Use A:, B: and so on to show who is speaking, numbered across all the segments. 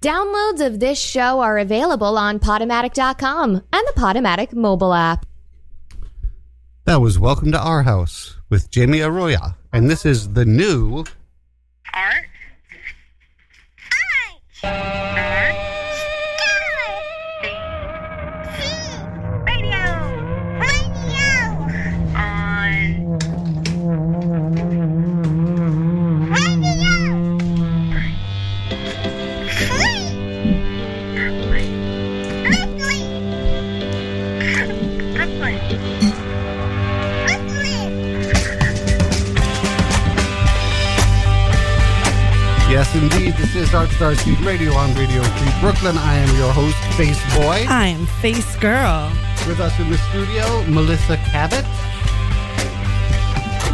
A: Downloads of this show are available on Podomatic.com and the Podomatic mobile app.
B: That was Welcome to Our House with Jamie Arroyo. And this is the new
C: Art. Art. Radio. Radio. On. Radio. Free. Brooklyn. Brooklyn. Brooklyn.
B: Yes, indeed. This is Art Starseed Radio on Radio Free Brooklyn. I am your host, Face Boy.
D: I'm Face Girl.
B: With us in the studio, Melissa Cabot.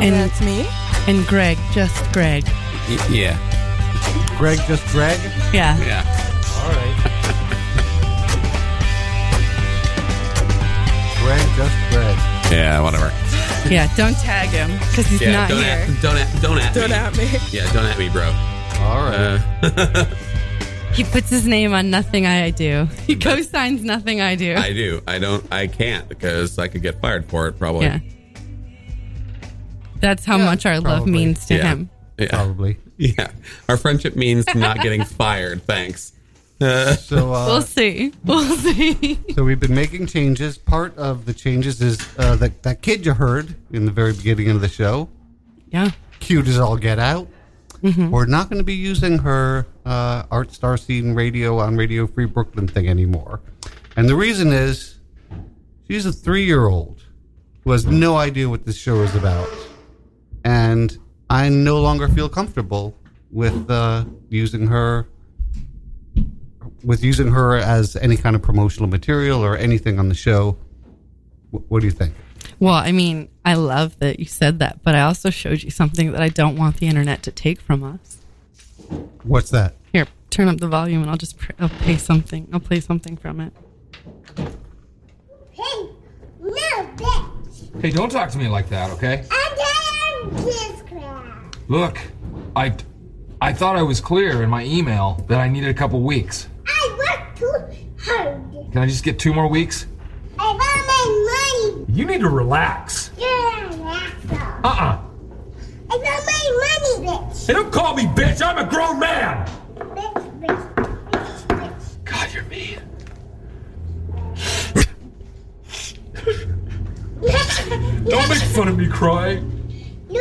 D: And
E: That's me.
D: and Greg, just Greg.
F: yeah.
B: Greg, just Greg.
D: Yeah.
F: Yeah.
B: All right. Greg, just Greg.
F: Yeah, whatever.
D: Yeah. Don't tag him because he's
F: Yeah,
D: not
F: don't
D: here.
F: at don't at don't at
E: Don't
F: me.
E: at me.
F: Yeah, don't at me, bro.
B: All right.
F: Uh,
D: He puts his name on nothing I do. He co-signs nothing I do.
F: I do. I don't I can't because I could get fired for it probably.
D: yeah. That's how
B: Yeah,
D: much our love
B: probably.
D: means to
F: Yeah.
D: him.
F: Yeah.
B: Probably.
F: Yeah. Our friendship means not getting fired. Thanks.
B: So, uh,
D: We'll see. We'll see.
B: So we've been making changes. Part of the changes is uh, that that kid you heard in the very beginning of the show,
D: yeah.
B: cute as all get out. We're not going to be using her uh, Art Star Scene Radio on Radio Free Brooklyn thing anymore, and the reason is she's a three-year-old who has no idea what this show is about, and I no longer feel comfortable with uh, using her with using her as any kind of promotional material or anything on the show. Wh- what do you think?
D: Well, I mean, I love that you said that, but I also showed you something that I don't want the internet to take from us.
B: What's that?
D: Here, turn up the volume, and I'll just pr- I'll play something. I'll play something from it.
C: Hey, little bitch,
G: Hey, don't talk to me like that, okay?
C: I am kids crap.
G: Look, I I thought I was clear in my email that I needed a couple weeks.
C: I work too hard.
G: Can I just get two more weeks?
C: I want my money.
G: You need to relax.
C: You're an asshole.
G: Uh-uh.
C: I want my money, bitch.
G: Hey, don't call me bitch. I'm a grown man.
C: Bitch, bitch, bitch, bitch.
G: God, you're mean. Don't make fun of me crying.
C: You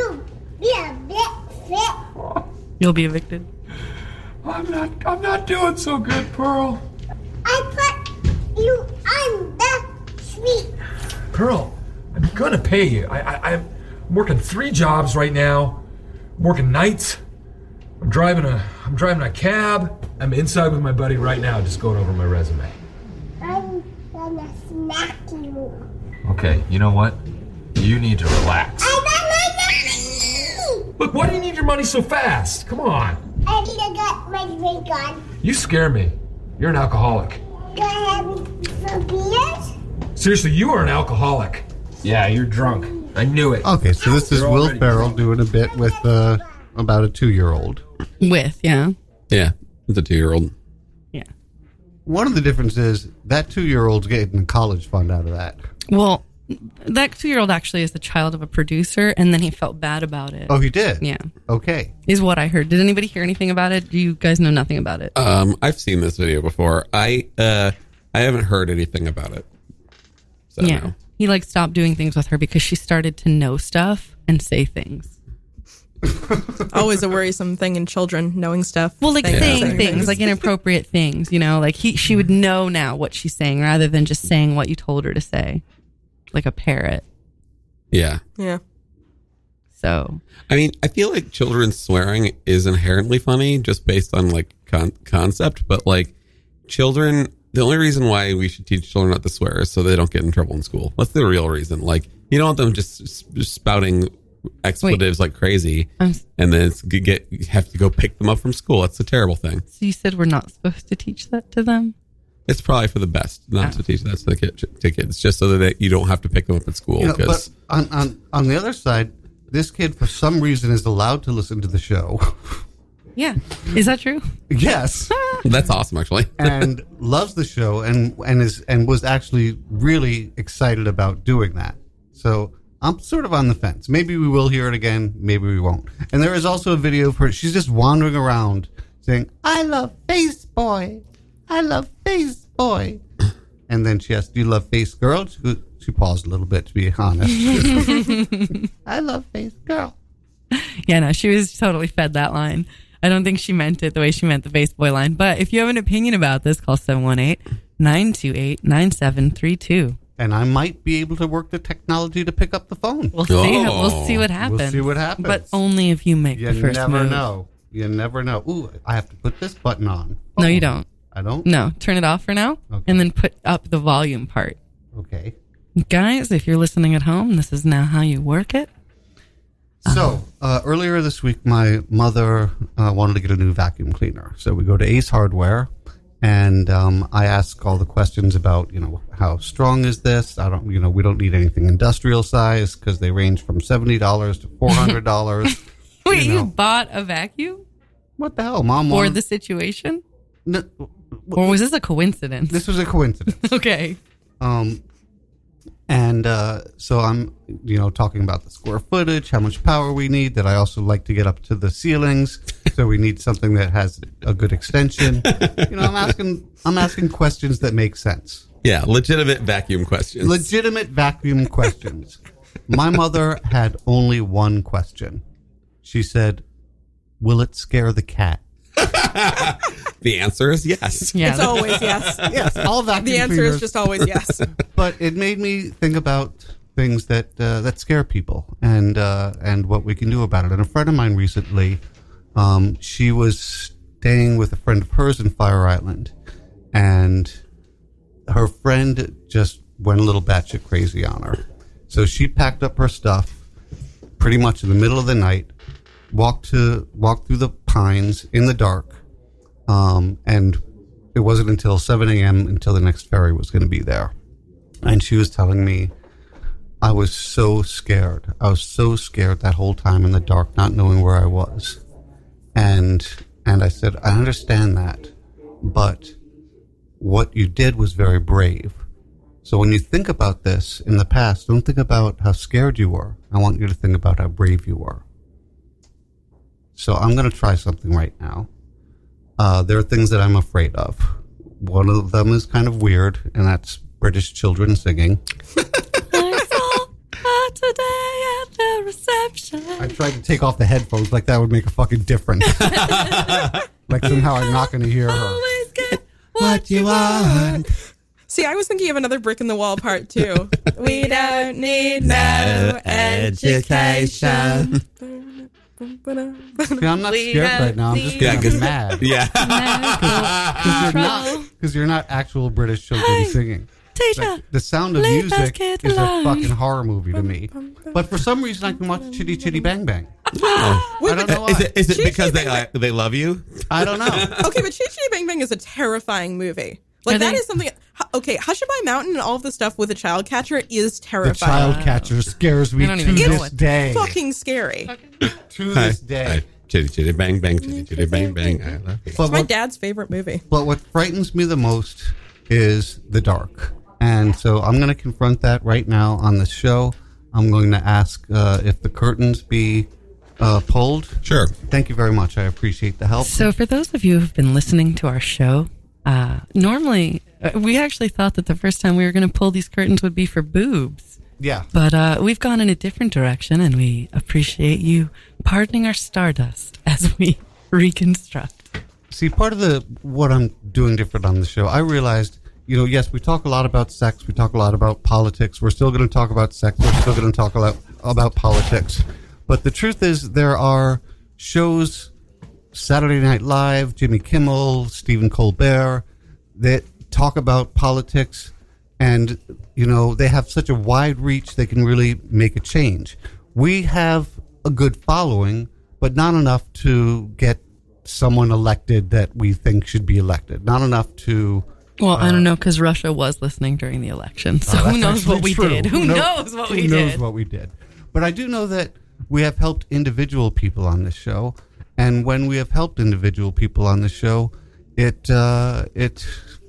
C: be a bitch, bitch.
D: You'll be evicted.
G: I'm not I'm not doing so good, Pearl.
C: I put you on the street.
G: Pearl, I'm gonna pay you. I, I, I'm working three jobs right now. I'm working nights. I'm driving a I'm driving a cab. I'm inside with my buddy right now, just going over my resume.
C: I'm gonna smack you.
G: Okay, you know what? You need to relax.
C: I want my money.
G: Look, why do you need your money so fast? Come on.
C: I need to get my drink on.
G: You scare me. You're an alcoholic.
C: Do I have some beers?
G: Seriously, you are an alcoholic. Yeah, you're drunk. I knew it.
B: Okay, so this is
G: They're
B: Will
G: already-
B: Ferrell doing a bit with uh, about a two-year-old.
D: With yeah,
F: Yeah. The two year old.
D: yeah.
B: One of the differences is that two-year-old's getting college fund out of that.
D: Well, that two-year-old actually is the child of a producer, and then he felt bad about it.
B: Oh, he did.
D: Yeah,
B: Okay.
D: is what I heard. Did anybody hear anything about it? Do you guys know nothing about it?
F: Um I've seen this video before. I uh I haven't heard anything about it. So
D: yeah,
F: no.
D: he like stopped doing things with her because she started to know stuff and say things.
E: Always a worrisome thing in children, knowing stuff.
D: Well, like
E: Things,
D: saying things, like inappropriate things. You know, like he she would know now what she's saying rather than just saying what you told her to say, like a parrot.
F: Yeah.
E: Yeah.
D: So
F: I mean, I feel like children swearing is inherently funny just based on like con- concept, but like children, the only reason why we should teach children not to swear is so they don't get in trouble in school. That's the real reason. Like, you don't want them just s- spouting expletives like crazy
D: I'm. s-
F: and then it's g- get you have to go pick them up from school. That's a terrible thing.
D: So you said we're not supposed to teach that to them.
F: It's probably for the best not to teach that to the kid, to kids, just so that you don't have to pick them up at school.
B: You know, but
F: because
B: on, on on the other side, this kid for some reason is allowed to listen to the show.
D: Yeah. Is that true?
B: Yes.
F: That's awesome, actually.
B: and loves the show and and is and was actually really excited about doing that. So I'm sort of on the fence. Maybe we will hear it again. Maybe we won't. And there is also a video of her. She's just wandering around saying, "I love Face Boy. I love Face Boy." And then she asks, "Do you love Face Girl?" She, goes, she paused a little bit to be honest. I love Face Girl.
D: Yeah, no, she was totally fed that line. I don't think she meant it the way she meant the face boy line. But if you have an opinion about this, call 718 928 9732.
B: And I might be able to work the technology to pick up the phone.
D: We'll see.
F: Oh.
D: We'll see what happens.
B: We'll see what happens.
D: But only if you make
B: You
D: the first
B: never
D: move.
B: know. You never know. Ooh, I have to put this button on.
D: No, you don't.
B: I don't.
D: No, turn it off for now,
B: Okay.
D: and then put up the volume part.
B: Okay.
D: Guys, if you're listening at home, this is now how you work it. Uh-huh.
B: So uh, earlier this week, my mother uh, wanted to get a new vacuum cleaner. So we go to Ace Hardware, and um, I ask all the questions about you know how strong is this? I don't you know we don't need anything industrial size because they range from seventy dollars to four hundred dollars.
D: Wait, you,
B: know.
D: bought a vacuum
B: what the hell, mom?
D: for
B: wanted-
D: the situation?
B: No,
D: Or was this a coincidence?
B: this was a coincidence.
D: okay.
B: Um, and uh, so I'm, you know, talking about the square footage, how much power we need. That I also like to get up to the ceilings, so we need something that has a good extension. you know, I'm asking, I'm asking questions that make sense,
F: yeah, legitimate vacuum questions.
B: legitimate vacuum questions. My mother had only one question. She said, "Will it scare the cat?"
F: the answer is yes.
D: Yeah.
E: It's always yes.
B: Yes, all vacuum.
E: The answer
B: cleaners-
E: is just always yes.
B: but it made me think about things that uh, that scare people and uh, and what we can do about it. And a friend of mine recently, um, she was staying with a friend of hers in Fire Island, and her friend just went a little batshit crazy on her. So she packed up her stuff pretty much in the middle of the night, walked to walked through the pines in the dark, um, and it wasn't until 7 a.m. until the next ferry was going to be there and she was telling me I was so scared. I was so scared that whole time in the dark, not knowing where I was. And and I said, I understand that, but what you did was very brave. So when you think about this in the past, don't think about how scared you were. I want you to think about how brave you were. So I'm going to try something right now. Uh, there are things that I'm afraid of. One of them is kind of weird, and that's British children singing.
D: I saw her today at the reception.
B: I tried to take off the headphones like that would make a fucking difference. like somehow I'm not going to hear her.
D: Always get
B: What you want?
E: See, I was thinking of another brick in the wall part too. we don't need no education.
B: See, I'm not scared right now. I'm just
F: Yeah,
B: getting
F: 'cause-
B: mad
F: Yeah.
B: because you're not because you're not actual British children singing.
D: teacher.
B: Like, the sound of
D: Leave us
B: music
D: kids
B: is a
D: alone.
B: fucking horror movie to me. But for some reason, I can watch Chitty Chitty Bang Bang. I don't know
F: Is
B: why.
F: it, is it
E: She-
F: because
E: she
F: they
E: thinks
F: they love you?
B: I don't know.
E: Okay, but Chee Chee Bang Bang is a terrifying movie. Like
D: I
E: that
D: think-
E: is something. hu- Okay, Hushabye Mountain and all of the stuff with the child catcher is
B: The
E: terrifying.
B: child catcher scares me to
D: I don't even know
B: this
D: it.
B: day.
E: Fucking scary.
B: To this
F: Hi.
B: day.
F: Chitty chitty bang bang chitty chitty bang bang. I love you.
B: But
E: It's my
B: what-
E: dad's favorite movie.
B: But what frightens me the most is the dark. And so I'm going to confront that right now on the show. I'm going to ask uh, if the curtains be uh, pulled.
F: Sure.
B: Thank you very much. I appreciate the help.
D: So, for those of you who've been listening to our show, uh, normally uh, we actually thought that the first time we were going to pull these curtains would be for boobs,
B: Yeah.
D: but uh, we've gone in a different direction, and we appreciate you pardoning our stardust as we reconstruct.
B: See, part of the what I'm doing different on the show, I realized, you know, yes, we talk a lot about sex, we talk a lot about politics. We're still going to talk about sex. We're still going to talk a lot about politics. But the truth is, there are shows, Saturday Night Live, Jimmy Kimmel, Stephen Colbert, that talk about politics, and you know, they have such a wide reach they can really make a change. We have a good following, but not enough to get someone elected that we think should be elected. Not enough to.
D: Well, I don't know because Russia was listening during the election, so who
B: Oh, That's
D: knows what
B: actually
D: we
B: true.
D: did? Who
B: kno-
D: knows what we
B: Who knows
D: did?
B: what we did? But I do know that we have helped individual people on this show, And when we have helped individual people on the show, it uh, it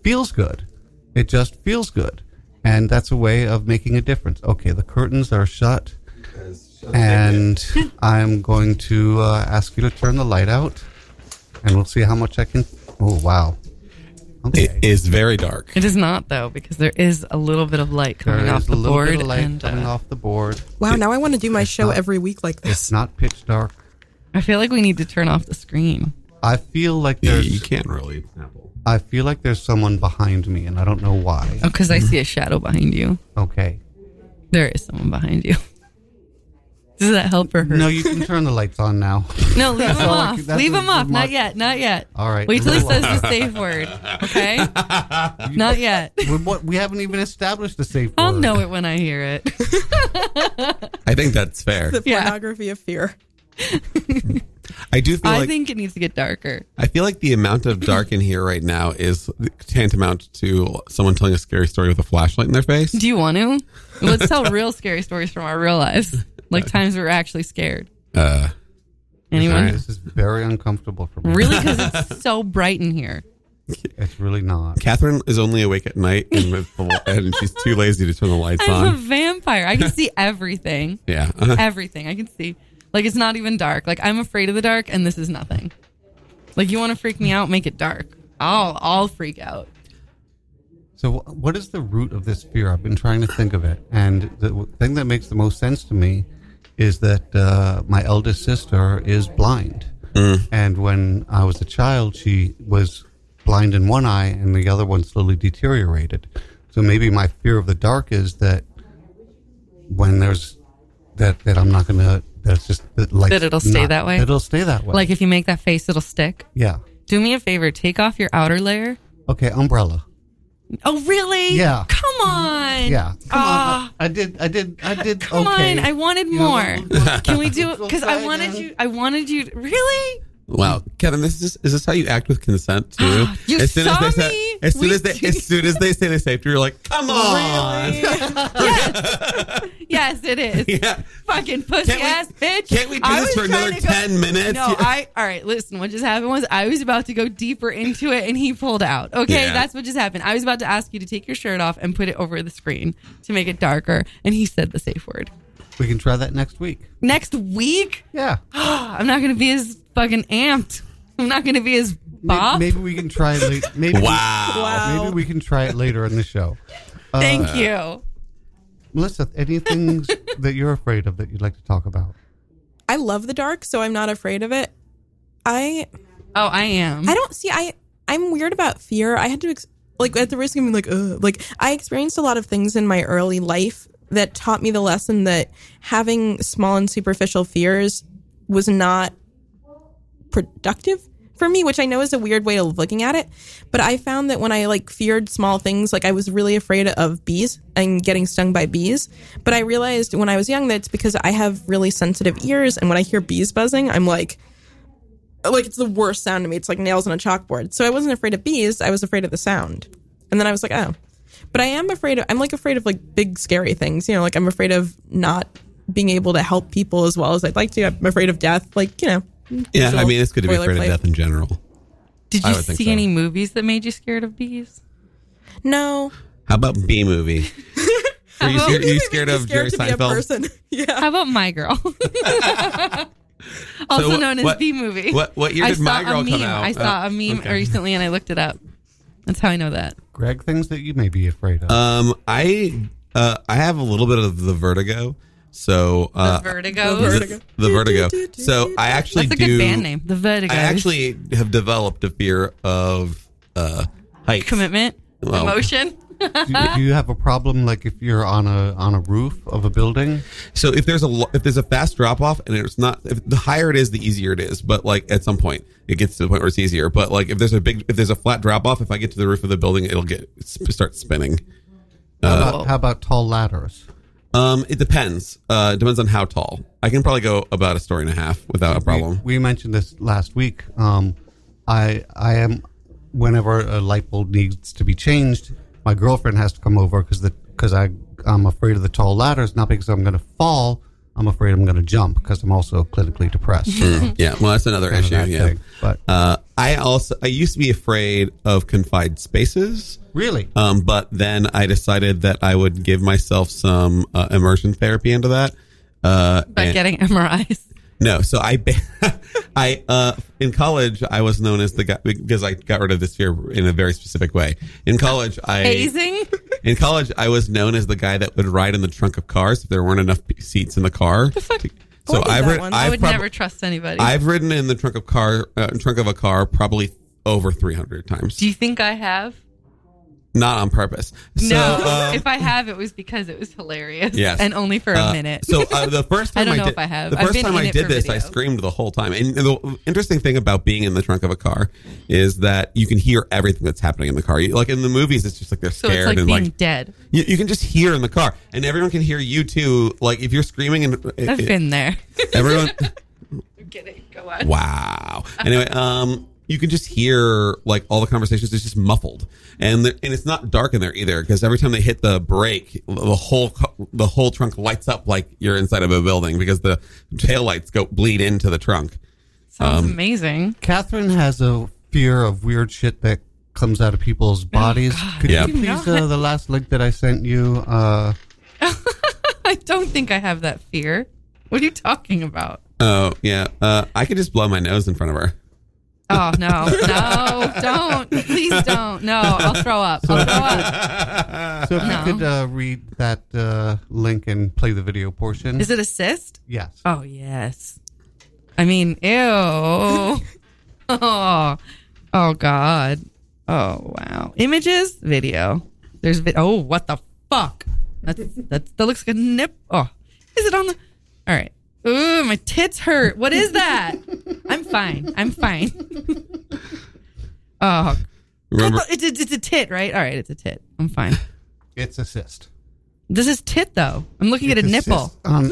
B: feels good. It just feels good, and that's a way of making a difference. Okay, the curtains are shut, and I'm going to uh, ask you to turn the light out, and we'll see how much I can. Oh wow! Okay.
F: It is very dark.
D: It is not though, because there is a little bit of light coming
B: There
D: off
B: is a
D: the
B: little
D: board,
B: bit of light
D: and
B: coming
D: uh,
B: off the board.
E: Wow, now I want to do my show every week like
B: It's
E: this.
B: not pitch dark.
D: I feel like we need to turn off the screen.
B: I feel like
F: Yeah, you
B: there's
F: can't really. Apple.
B: I feel like there's someone behind me, and I don't know why.
D: Oh, because I see a shadow behind you.
B: Okay.
D: There is someone behind you. Does that help or hurt?
B: No, you can turn the lights on now.
D: No, leave them
B: all I
D: off.
B: could- that's
D: leave
B: a
D: them off. Not
B: remark.
D: yet. Not yet.
B: All right,
D: Wait till he
B: leave 'em
D: says the safe word. Okay. not yet.
B: we, what, we haven't even established the safe
D: I'll
B: word.
D: know it when I hear it.
F: I think that's fair.
E: The
D: Yeah.
E: pornography of fear.
F: I do feel
D: I
F: like
D: think it needs to get darker.
F: I feel like the amount of dark in here right now is tantamount to someone telling a scary story with a flashlight in their face.
D: Do you want to? Let's tell real scary stories from our real lives, like times we were actually scared.
F: Uh,
D: Anyone?
F: Alright.
B: This is very uncomfortable for me.
D: Really? Because it's so bright in here.
B: It's really not.
F: Catherine is only awake at night and, with the, and she's too lazy to turn the lights
D: I'm a
F: on.
D: vampire. I can see everything.
F: Yeah. Uh-huh.
D: Everything. I can see. Like it's not even dark. Like I'm afraid of the dark, and this is nothing. Like you want to freak me out? Make it dark. I'll I'll freak out.
B: So, wh- what is the root of this fear? I've been trying to think of it, and the w- thing that makes the most sense to me is that uh, my eldest sister is blind, and when I was a child, she was blind in one eye, and the other one slowly deteriorated. So maybe my fear of the dark is that when there's that that I'm not gonna that's just that like
D: That it'll stay that way?
B: That it'll stay that way.
D: Like if you make that face, it'll stick.
B: yeah.
D: Do me a favor. Take off your outer layer.
B: Okay, umbrella.
D: Oh really?
B: Yeah.
D: Come on.
B: Yeah, come
D: Ah.
B: on. I I did. I did. I did.
D: Come
B: okay.
D: on, I wanted
B: You know,
D: more. Can we do it?
B: We'll
D: Because
B: try
D: I wanted
B: again.
D: you. I wanted you. To, really?
F: Wow, Kevin, this is is this how you act with consent too?
D: You saw
F: as they
D: me?
F: Say, as soon
D: We
F: as they
D: did.
F: as soon as they say the safety, you're like, come on,
B: Oh,
D: Yes, it is.
F: yeah.
D: Fucking pussy
F: Can't we-
D: ass bitch.
F: can't we do
D: I
F: this
D: was
F: for
D: trying
F: another
D: to go-
F: 10 minutes?
D: No,
F: Yeah.
D: I. All right, listen. What just happened was I was about to go deeper into it, and he pulled out. Okay,
F: Yeah.
D: that's what just happened. I was about to ask you to take your shirt off and put it over the screen to make it darker, and he said the safe word.
B: We can try that next week.
D: Next week,
B: Yeah.
D: I'm not gonna be as fucking amped. I'm not gonna be as
B: Maybe,
D: bopped.
B: maybe we can try it. late- Maybe we-
F: Wow.
E: Wow.
B: Maybe we can try it later in the show.
D: Thank
F: Uh.
D: you.
B: Melissa, anything that you're afraid of that you'd like to talk about?
E: I love the dark, so I'm not afraid of it. I
D: Oh, I am.
E: I don't see. I I'm weird about fear. I had to ex- like at the risk of being like Ugh, like I experienced a lot of things in my early life that taught me the lesson that having small and superficial fears was not productive for me, which I know is a weird way of looking at it. But I found that when I like feared small things, like I was really afraid of bees and getting stung by bees. But I realized when I was young that it's because I have really sensitive ears, and when I hear bees buzzing, I'm like like it's the worst sound to me. It's like nails on a chalkboard. So I wasn't afraid of bees. I was afraid of the sound. And then I was like, oh. But I am afraid of. I'm like afraid of like big scary things. You know, like I'm afraid of not being able to help people as well as I'd like to. I'm afraid of death. Like you know.
F: Yeah, I
E: usual
F: mean, it's good to be afraid of
E: boilerplate.
F: death in general.
D: Did
F: I
D: you
F: would think
D: see
F: so.
D: any movies that made you scared of bees?
E: No.
F: How about B movie? Are you,
D: about-
F: scared, are you scared of Jerry
E: to be a
F: Seinfeld?
E: person. yeah.
D: How about My Girl? also
F: So what-
D: known as
F: what-
D: B movie.
F: what- what year
D: I
F: did
D: saw
F: My Girl
D: a
F: come
D: meme.
F: out?
D: I saw
F: Uh,
D: a meme
F: okay.
D: recently and I looked it up. That's how I know that.
B: Greg, things that you may be afraid of.
F: Um, I uh, I have a little bit of the vertigo. So
D: The
F: uh,
D: Vertigo.
E: The Vertigo.
F: the, the vertigo. So I actually
D: That's a
F: do.
D: good band name. The Vertigo.
F: I actually have developed a fear of uh, heights.
D: commitment,
F: Well-
D: emotion.
B: do, do you have a problem like if you're on a on a roof of a building?
F: So if there's a lo- if there's a fast drop off and it's not if the higher it is the easier it is but like at some point it gets to the point where it's easier but like if there's a big if there's a flat drop off if I get to the roof of the building it'll get sp- start spinning
B: How about, how about tall ladders?
F: um it depends uh it depends on how tall I can probably go about a story and a half without a problem
B: We, we mentioned this last week. Um, I I am whenever a light bulb needs to be changed, my girlfriend has to come over because the because I I'm afraid of the tall ladders, not because I'm going to fall, I'm afraid I'm going to jump because I'm also clinically depressed. Kind
F: Yeah, well, that's another
B: of
F: issue.
B: that
F: yeah,
B: thing. But
F: uh, I also I used to be afraid of confined spaces.
B: really,
F: Um, but then I decided that I would give myself some uh, immersion therapy into that. Uh,
D: But
F: and-
D: getting MRIs.
F: no, so I, ba- I uh, in college I was known as the guy because I got rid of this fear in a very specific way. In college, I
D: Amazing.
F: in college I was known as the guy that would ride in the trunk of cars if there weren't enough seats in the car. To- so
E: What is
F: I've
E: that
F: rid-
E: one?
F: I've
E: I
D: I would
F: prob-
D: never trust anybody.
F: I've ridden in the trunk of car uh, trunk of a car probably over 300 times.
D: Do you think I have?
F: Not on purpose.
D: no.
F: So, um,
D: if I have, it was because it was hilarious.
F: Yes.
D: And only for a
F: uh,
D: minute.
F: So uh, the first time
D: I don't know
F: did,
D: if I have.
F: The
D: I've
F: 1st
D: been
F: time
D: in
F: I
D: it
F: did
D: for
F: this, I
D: video.
F: screamed the whole time. And the interesting thing about being in the trunk of a car is that you can hear everything that's happening in the car. You- Like in the movies, it's just like they're
D: So
F: scared
D: it's like
F: and
D: being
F: like
D: dead.
F: you, you can just hear in the car, and everyone can hear you too. Like if you're screaming and
D: I've been there.
F: everyone.
D: I'm kidding. Go on.
F: Wow. Anyway, um, you can just hear like all the conversations. It's just muffled, and the, and it's not dark in there either because every time they hit the brake, the whole cu- the whole trunk lights up like you're inside of a building because the tail lights go bleed into the trunk.
D: Sounds
F: um,
D: amazing.
B: Catherine has a fear of weird shit that comes out of
D: Oh,
B: people's bodies. Could
F: Yeah.
B: you
F: Do
B: please uh, the last link that I sent you? Uh,
D: I don't think I have that fear. What are you talking about?
F: Oh yeah, uh, I could just blow my nose in front of her.
D: Oh no, no, don't, please don't. No, I'll throw up. I'll throw up.
B: so if
D: No.
B: you could uh, read that uh, link and play the video portion.
D: Is it a cyst?
B: yes.
D: Oh yes. I mean, ew. Oh, oh God. Oh wow. Images, video. There's vid- oh what the fuck. That's that's that looks like a nip. Oh, is it on the? All right. Ooh, my tits hurt. What is that? I'm fine. I'm fine. oh,
F: Remember?
D: it's, it's, it's a tit, right? All right, it's a tit. I'm fine.
B: It's a cyst.
D: This is tit though. I'm looking at a
B: It's
D: nipple.
B: cyst On,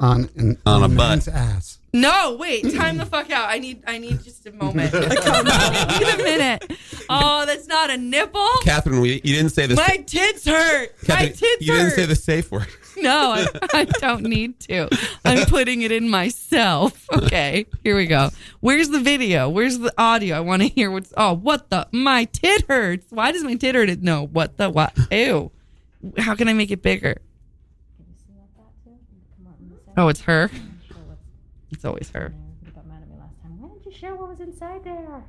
B: on, an,
F: On a butt.
B: man's ass.
D: No, wait, time the fuck out. I need I need just a moment. I need a minute. Oh, that's not a nipple.
F: Catherine, we, you didn't say this.
D: My tits hurt. My
F: Catherine,
D: tits
F: you
D: hurt.
F: didn't say the safe word.
D: No, I, I don't need to. I'm putting it in myself. Okay, here we go. Where's the video? Where's the audio? I want to hear what's. Oh, what the? My tit hurts. Why does my tit hurt? No, what the? What? Ew. How can I make it bigger? Oh, it's her. It's always her.
H: got mad at me last time. Why didn't you share what was inside there?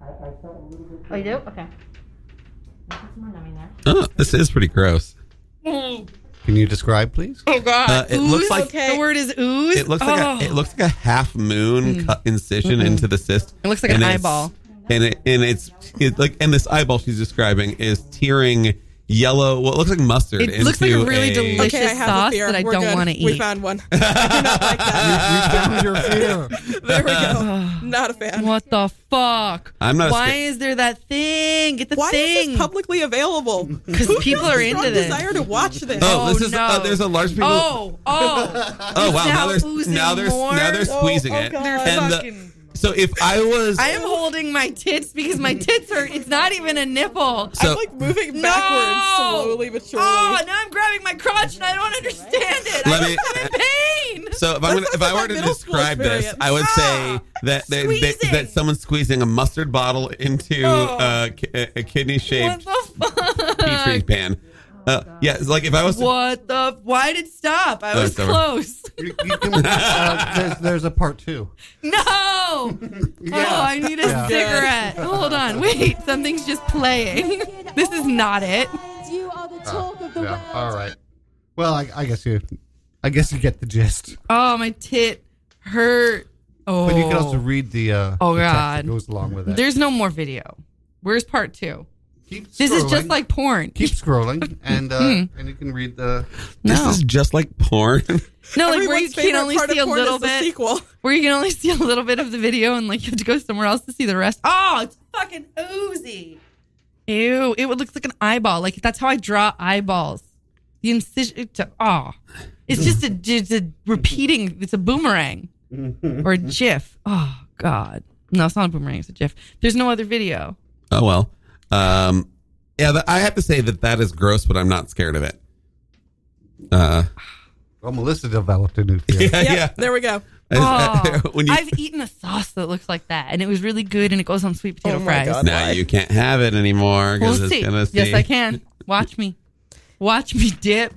H: I, I felt a little bit. Oh, you do? Okay. Put some more numbing there.
F: Oh, this is pretty gross.
B: Can you describe, please?
D: Oh,
F: Uh, it looks like
D: the word is ooze.
F: It looks like
D: Oh. Hmm. Mm-hmm.
F: a, it looks like a half moon cut incision into the cyst.
D: It looks like an
F: it's-
D: eyeball.
F: And it and it's it, like and this eyeball she's describing is tearing yellow. What looks like mustard.
D: It looks like a
F: into
D: really delicious-
E: Okay, I have
D: sauce
E: a fear.
D: that I
E: We're
D: don't
E: good.
D: wanna
E: We
D: eat.
E: found one. I do not like that.
B: We found your fear.
E: There we go. Not a fan.
D: Oh. What the fuck?
F: I'm not a
D: Why
F: sca-
D: is there that thing? Get the
E: Why is
D: thing.
E: this publicly available? Who
D: Because people
E: has
D: are
E: a
D: into
E: strong
D: this.
E: desire to watch this.
F: Oh,
D: Oh,
F: this is
D: no.
F: uh, there's a large people.
D: Oh, oh.
F: Oh, wow!
D: now
F: Now, there's
D: oozing
F: now there's
D: more?
F: now they're
E: Oh,
F: squeezing
E: oh
F: it.
E: God.
D: They're
F: And the-
D: fucking-
F: so if I was
D: I am holding my tits because my tits hurt. It's not even a nipple.
F: so
E: I'm like moving
D: No!
E: backwards slowly but surely.
D: Oh, now I'm grabbing my crotch and I don't understand it.
F: Let
D: I'm
F: me-
D: in pain.
F: so if I'm gonna,
E: sounds
F: if
E: like
F: I
E: my
F: were to
E: middle school
F: describe this,
E: experience.
F: I would say
D: Ah!
F: that they, they,
D: Squeezing!
F: that someone's squeezing a mustard bottle into
D: Oh.
F: uh, ki- a kidney
D: What
F: shaped
D: the fuck?
F: petri pan. Uh, yeah, it's like if I was to
D: What the? Why did it stop? I
F: Oh,
D: was
F: it's over.
D: close.
B: You, you can, uh, there's, there's a part two.
D: No! Oh, I need a
B: Yeah.
D: cigarette. Hold on. Wait, something's just playing. This is not it.
H: You are the talk of the
B: Yeah. All right. Well, I, I guess you, I guess you get the gist.
D: Oh, my tit hurt. Oh.
B: But you can also read the. Uh,
D: Oh,
B: the text
D: God.
B: that goes along with it.
D: There's no more video. Where's part two?
B: Keep
D: This is just
B: scrolling.
D: like porn.
B: keep scrolling, and uh, and you can read the.
F: This
D: No.
F: is just like porn.
D: No, like where you
E: Everyone's
D: can
E: favorite
D: only
E: part
D: see
E: of
D: a
E: porn
D: little
E: is the
D: bit.
E: sequel.
D: Where you can only see a little bit of the video and like you have to go somewhere else to see the rest. Oh, it's fucking oozy. Ew, it looks like an eyeball. Like that's how I draw eyeballs. The incision. It, oh, it's just a, it's a repeating. It's a boomerang or a GIF. Oh God, no, it's not a boomerang. It's a GIF. There's no other video.
F: oh well. Um, yeah, th- I have to say that that is gross, but I'm not scared of it. Uh,
B: Well, Melissa developed a new fear.
F: Yeah,
E: Yep,
F: yeah.
E: there we go.
D: Oh,
F: when you,
D: I've eaten a sauce that looks like that, and it was really good, and it goes on sweet potato
E: Oh my
D: fries.
E: God.
F: now you can't have it anymore. 'cause
D: We'll
F: it's
D: see.
F: gonna
D: Yes,
F: stay-
D: I can. Watch me. Watch me dip.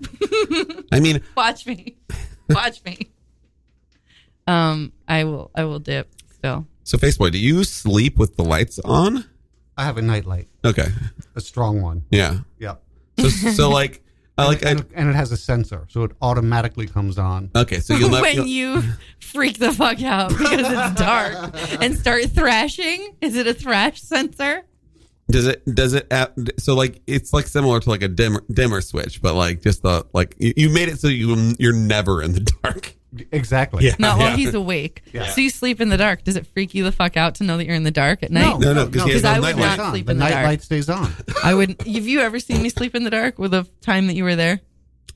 F: I mean,
D: Watch me. Watch me. Um, I will. I will dip. Still.
F: so Faceboy, do you sleep with the lights on?
B: I have a nightlight,
F: Okay,
B: a strong one.
F: yeah.
B: Yeah.
F: So, so like, I like. I,
B: and, and it has a sensor, so it automatically comes on.
F: okay, so you'll never.
D: when
F: you'll-
D: you freak the fuck out because it's dark and start thrashing, is it a thrash sensor?
F: Does it? Does it? app- So like, it's like similar to like a dimmer dimmer switch, but like just the like you, you made it so you you're never in the dark.
B: Exactly.
F: Yeah.
D: Not while he's awake. So you sleep in the dark. Does it freak you the fuck out to know that you're in the dark at night?
F: No, no, 'cause he has
B: the
F: a
D: I would
F: nightlight.
D: not
B: on.
D: sleep
B: the
D: in the dark.
B: nightlight stays on.
D: I wouldn't. Have you ever seen me sleep in the dark with the time that you were there?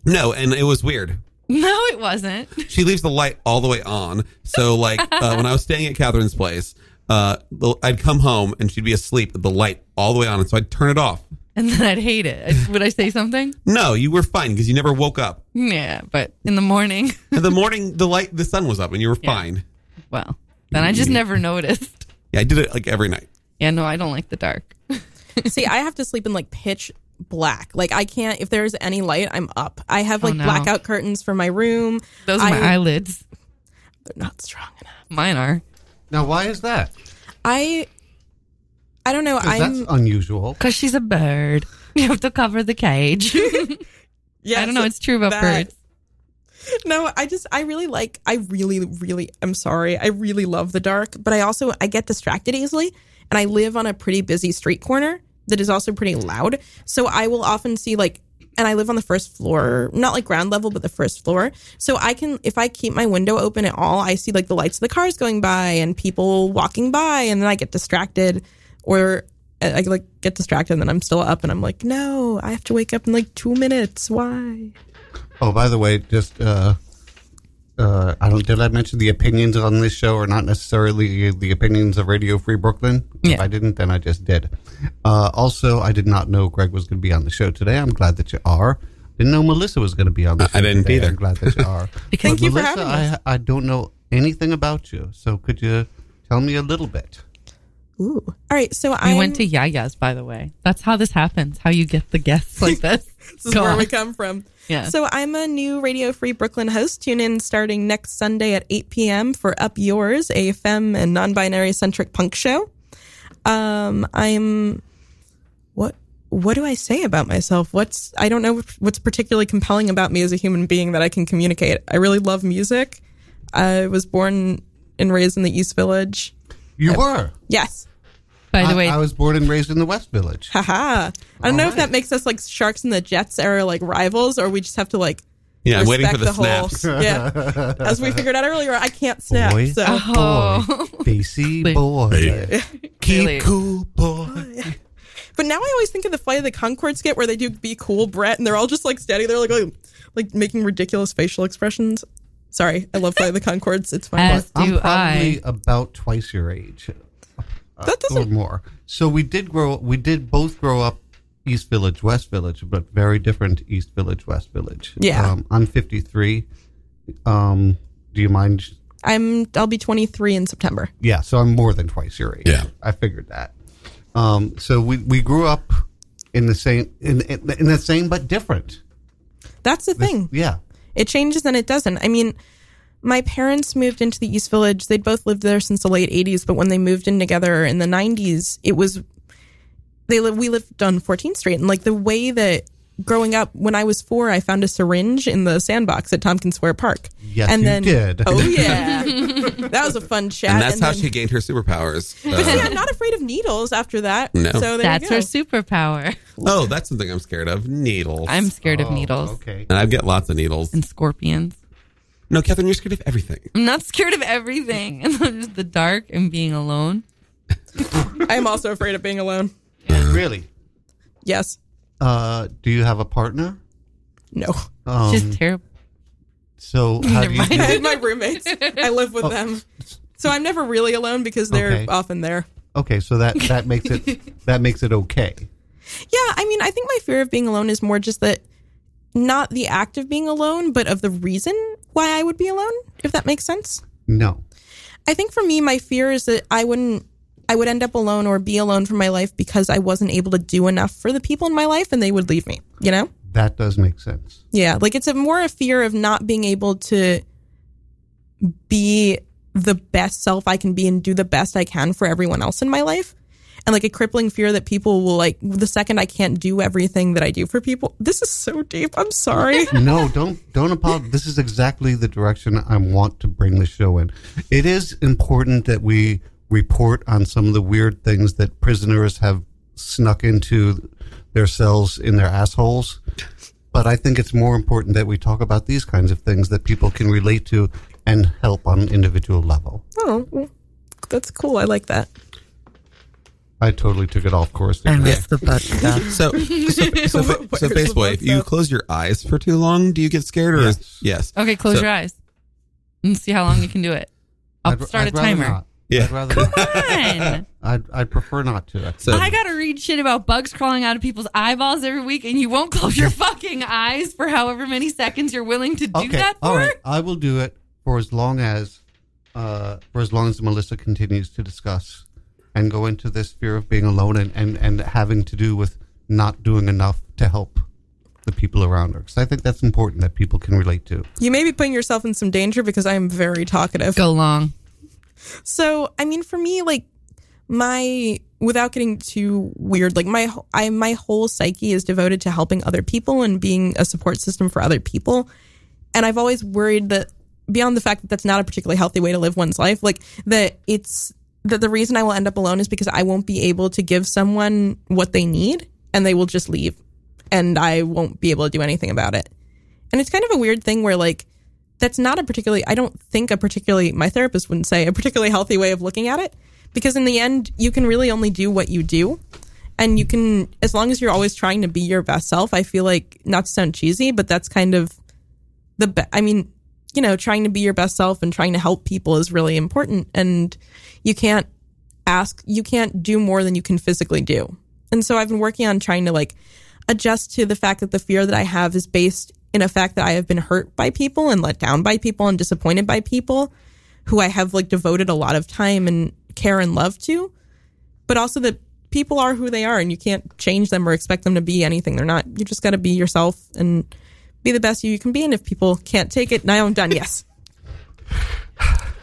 F: No, and it was weird.
D: No, it wasn't.
F: She leaves the light all the way on. So like uh, when I was staying at Catherine's place, uh, the- I'd come home and she'd be asleep with the light all the way on, and so I'd turn it off.
D: And then I'd hate it. I- Would I say something?
F: No, you were fine because you never woke up.
D: Yeah, but in the morning,
F: In the morning, the light, the sun was up, and you were fine.
D: well, then I
F: Mm.
D: just never noticed.
F: Yeah, I did it like every night.
D: Yeah, no, I don't like the dark.
E: See, I have to sleep in like pitch black. Like I can't if there's any light, I'm up. I have like
D: Oh, no.
E: blackout curtains for my room.
D: Those are my
E: I-
D: eyelids.
E: They're not strong enough.
D: Mine are.
B: Now, why is that?
E: I I don't know.
B: 'Cause
E: I'm
B: that's unusual.
D: Because she's a bird. You have to cover the cage.
E: yeah,
D: I don't know. It's true about
E: that-
D: birds.
E: No, I just I really like I really really I'm sorry. I really love the dark, but I also I get distracted easily and I live on a pretty busy street corner that is also pretty loud. So I will often see like and I live on the first floor, not like ground level, but the first floor. So I can if I keep my window open at all, I see like the lights of the cars going by and people walking by and then I get distracted or I I, like get distracted and then I'm still up and I'm like, "No, I have to wake up in like 2 minutes. Why?"
B: Oh, by the way, just uh, uh, I don't did I mention the opinions on this show are not necessarily the opinions of Radio Free Brooklyn. If
D: Yeah.
B: I didn't, then I just did. Uh, also, I did not know Greg was going to be on the show today. I'm glad that you are. Didn't know Melissa was going to be on. the
F: I-
B: show
F: I didn't
B: today.
F: either.
B: I'm glad that you are.
D: Because-
B: But
E: Thank you for
B: Melissa,
E: having
B: I, I don't know anything about you, so could you tell me a little bit?
E: Ooh. All right. So
D: We
E: I
D: went to Yaya's, by the way. That's how this happens. How you get the guests like this.
E: This is
D: Go
E: where
D: on.
E: we come from.
D: Yeah.
E: So I'm a new Radio Free Brooklyn host. Tune in starting next Sunday at 8 p.m. for Up Yours, a femme and non-binary centric punk show. Um, I'm what? What do I say about myself? What's I don't know what's particularly compelling about me as a human being that I can communicate. I really love music. I was born and raised in the East Village.
B: You were.
E: Yes.
D: By the
B: I-
D: way,
B: I was born and raised in the West Village.
E: Haha. I don't know if
B: right.
E: that makes us like sharks and the Jets era like rivals, or we just have to like
F: Yeah, I'm waiting for the,
E: respect
F: snaps.
E: Whole, yeah, as we figured out earlier, I can't snap.
B: Boy.
E: So
D: Oh.
B: boy, Basie boy, keep
D: Really?
B: cool,
E: Oh,
B: boy.
E: But now I always think of the Flight of the Concord skit where they do Be Cool Brett and they're all just like standing there like like, like making ridiculous facial expressions. Sorry, I love Flight of the Concords. It's fine.
D: As-
B: I'm
D: do
B: probably
D: I.
B: about twice your age uh,
E: That
B: or
E: doesn't-
B: more. So we did grow. We did both grow up East Village, West Village, but very different East Village, West Village.
E: Yeah.
B: Um, I'm 53. Um, do you mind?
E: I'm I'll be 23 in September.
B: Yeah. So I'm more than twice your age.
F: Yeah.
B: I figured that. Um, so we we grew up in the same in in, in the same but different.
E: That's the
B: This-
E: thing.
B: yeah.
E: It changes and it doesn't. I mean, my parents moved into the East Village. They'd both lived there since the late 80s, but when they moved in together in the 90s, it was they live we lived on 14th Street and like the way that growing up when I was 4, I found a syringe in the sandbox at Tompkins Square Park.
B: Yes,
E: and
B: you
E: then
B: did.
E: Oh yeah. that was a fun chat.
F: And that's how
E: then-
F: she gained her superpowers.
E: But see,
F: Uh,
E: I'm not afraid of needles after that.
F: No.
E: So there
D: that's
E: you go.
D: her superpower.
F: oh, that's something I'm scared of. Needles.
D: I'm scared of
B: Oh,
D: needles
B: Okay.
F: and I've got lots of needles.
D: and scorpions.
F: No, Catherine, you're scared of everything.
B: Mm.
D: I'm not scared of everything. Just the dark and being alone.
E: I'm also afraid of being alone.
B: Really.
E: Yes.
B: Uh, do you have a partner?
E: No.
B: Um,
D: Just terrible.
B: so how do you
D: Never
B: do
E: I have my roommates. I live with them. So I'm never really alone because they're
B: Okay.
E: often there.
B: Okay, so that that makes it that makes it okay.
E: Yeah, I mean, I think my fear of being alone is more just that not the act of being alone, but of the reason why I would be alone, if that makes sense.
B: No.
E: I think for me, my fear is that I wouldn't, I would end up alone or be alone for my life because I wasn't able to do enough for the people in my life and they would leave me, you know?
B: That does make sense.
E: Yeah. Like it's a more a fear of not being able to be the best self I can be and do the best I can for everyone else in my life. And like a crippling fear that people will like the second I can't do everything that I do for people. This is so deep. I'm sorry.
B: no, don't don't apologize. This is exactly the direction I want to bring the show in. It is important that we report on some of the weird things that prisoners have snuck into their cells in their assholes. But I think it's more important that we talk about these kinds of things that people can relate to and help on an individual level.
E: oh, well, that's cool. I like that.
B: I totally took it off course.
I: I
B: didn't I?
I: miss the butt stuff.
F: Uh, So, so, so, fa- so face boy, if you close your eyes for too long, do you get scared or yes? Is, yes.
D: Okay, close
F: So-
D: your eyes and see how long you can do it. I'll
B: I'd-
D: start
B: I'd
D: a
B: rather
D: timer.
B: not.
F: Yeah.
B: I'd rather not.
D: Fine.
B: I'd, I'd prefer not to.
F: So,
D: I gotta read shit about bugs crawling out of people's eyeballs every week, and you won't close your fucking eyes for however many seconds you're willing to do
B: okay,
D: that for.
B: all right. I will do it for as long as, uh, for as long as Melissa continues to discuss and go into this fear of being alone and and, and having to do with not doing enough to help the people around her. Because I think that's important that people can relate to.
E: You may be putting yourself in some danger because I am very talkative.
D: Go long.
E: So, I mean, for me, like my without getting too weird, like my wh- I my whole psyche is devoted to helping other people and being a support system for other people. And I've always worried that beyond the fact that that's not a particularly healthy way to live one's life, like that it's that the reason I will end up alone is because I won't be able to give someone what they need and they will just leave and I won't be able to do anything about it. And it's kind of a weird thing where like that's not a particularly I don't think a particularly my therapist wouldn't say a particularly healthy way of looking at it because in the end you can really only do what you do and you can as long as you're always trying to be your best self I feel like not to sound cheesy but that's kind of the be- I mean you know trying to be your best self and trying to help people is really important and you can't ask you can't do more than you can physically do and so i've been working on trying to like adjust to the fact that the fear that i have is based in a fact that i have been hurt by people and let down by people and disappointed by people who i have like devoted a lot of time and care and love to but also that people are who they are and you can't change them or expect them to be anything they're not you just got to be yourself and be the best you you can be and if people can't take it now i'm done yes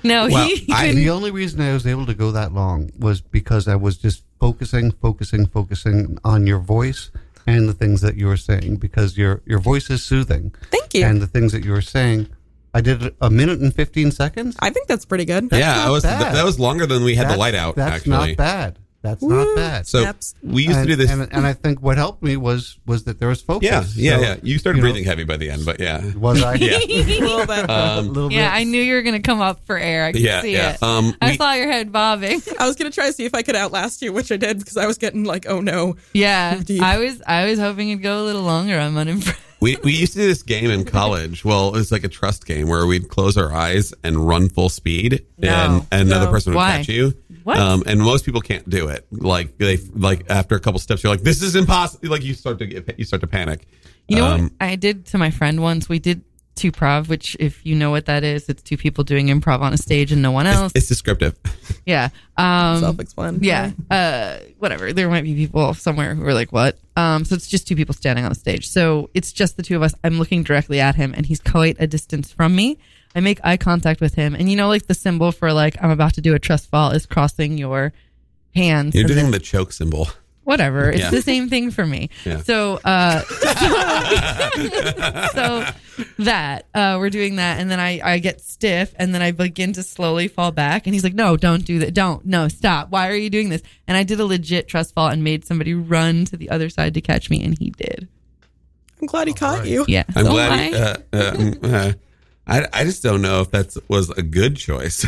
D: No,
F: Well,
D: he.
F: I-
B: The only reason I was able to go that long was because I was just focusing, focusing, focusing on your voice and the things that you were saying because your your voice is soothing.
E: Thank you.
B: And the things that you were saying, I did a minute and fifteen seconds.
E: i think that's pretty good
F: yeah,
B: not
F: I was,
B: bad.
F: that was longer than we had the
B: That's-
F: light out,
B: That's
F: actually.
B: not bad. That's not bad.
F: So
E: Snaps.
F: we used
B: and,
F: to do this.
B: and, and I think what helped me was was that there was focus.
F: yeah, yeah,
B: So,
F: yeah. You started
B: know,
F: breathing heavy by the end, but yeah.
B: Was I?
F: Yeah. Um,
E: A little bit.
F: Uh,
B: a little
D: yeah,
B: bit.
D: I knew you were gonna come up for air. I could
F: Yeah,
D: see
F: yeah.
D: it.
F: Um,
D: I
F: we-
D: saw your head bobbing.
E: I was gonna try to see if I could outlast you, which I did because I was getting like, oh no.
D: Yeah,
E: Deep.
D: I was. I was hoping it'd go a little longer. I'm unimpressed.
F: We, we used to do this game in college. Well, it was like a trust game where we'd close our eyes and run full speed, and, and another
E: No.
F: person would
D: Why?
F: catch you.
D: What?
F: Um, and most people can't do it. Like they like after a couple steps, you're like, "This is impossible!" Like you start to get you start to panic.
D: You know
F: Um,
D: what I did to my friend once? We did two prov, which if you know what that is, it's two people doing improv on a stage and no one else.
F: It's descriptive.
D: yeah. Um,
E: Self-explanatory.
D: yeah. Uh, whatever. There might be people somewhere who are like, what? Um, so it's just two people standing on a stage. So it's just the two of us. I'm looking directly at him and he's quite a distance from me. I make eye contact with him. And you know, like the symbol for like, I'm about to do a trust fall is crossing your hands.
F: You're
D: and
F: doing the choke symbol.
D: whatever. It's
F: Yeah.
D: the same thing for me.
F: Yeah.
D: So, uh, so that uh, we're doing that, and then I I get stiff, and then I begin to slowly fall back, and he's like, "No, don't do that. Don't. No, stop. Why are you doing this?" And I did a legit trust fall and made somebody run to the other side to catch me, and he did. Oh
E: I'm glad
B: Oh,
E: he caught you.
D: Yeah.
F: I'm
D: So
F: glad.
D: I,
F: you- uh, uh, mm, uh, I I just don't know if that was a good choice.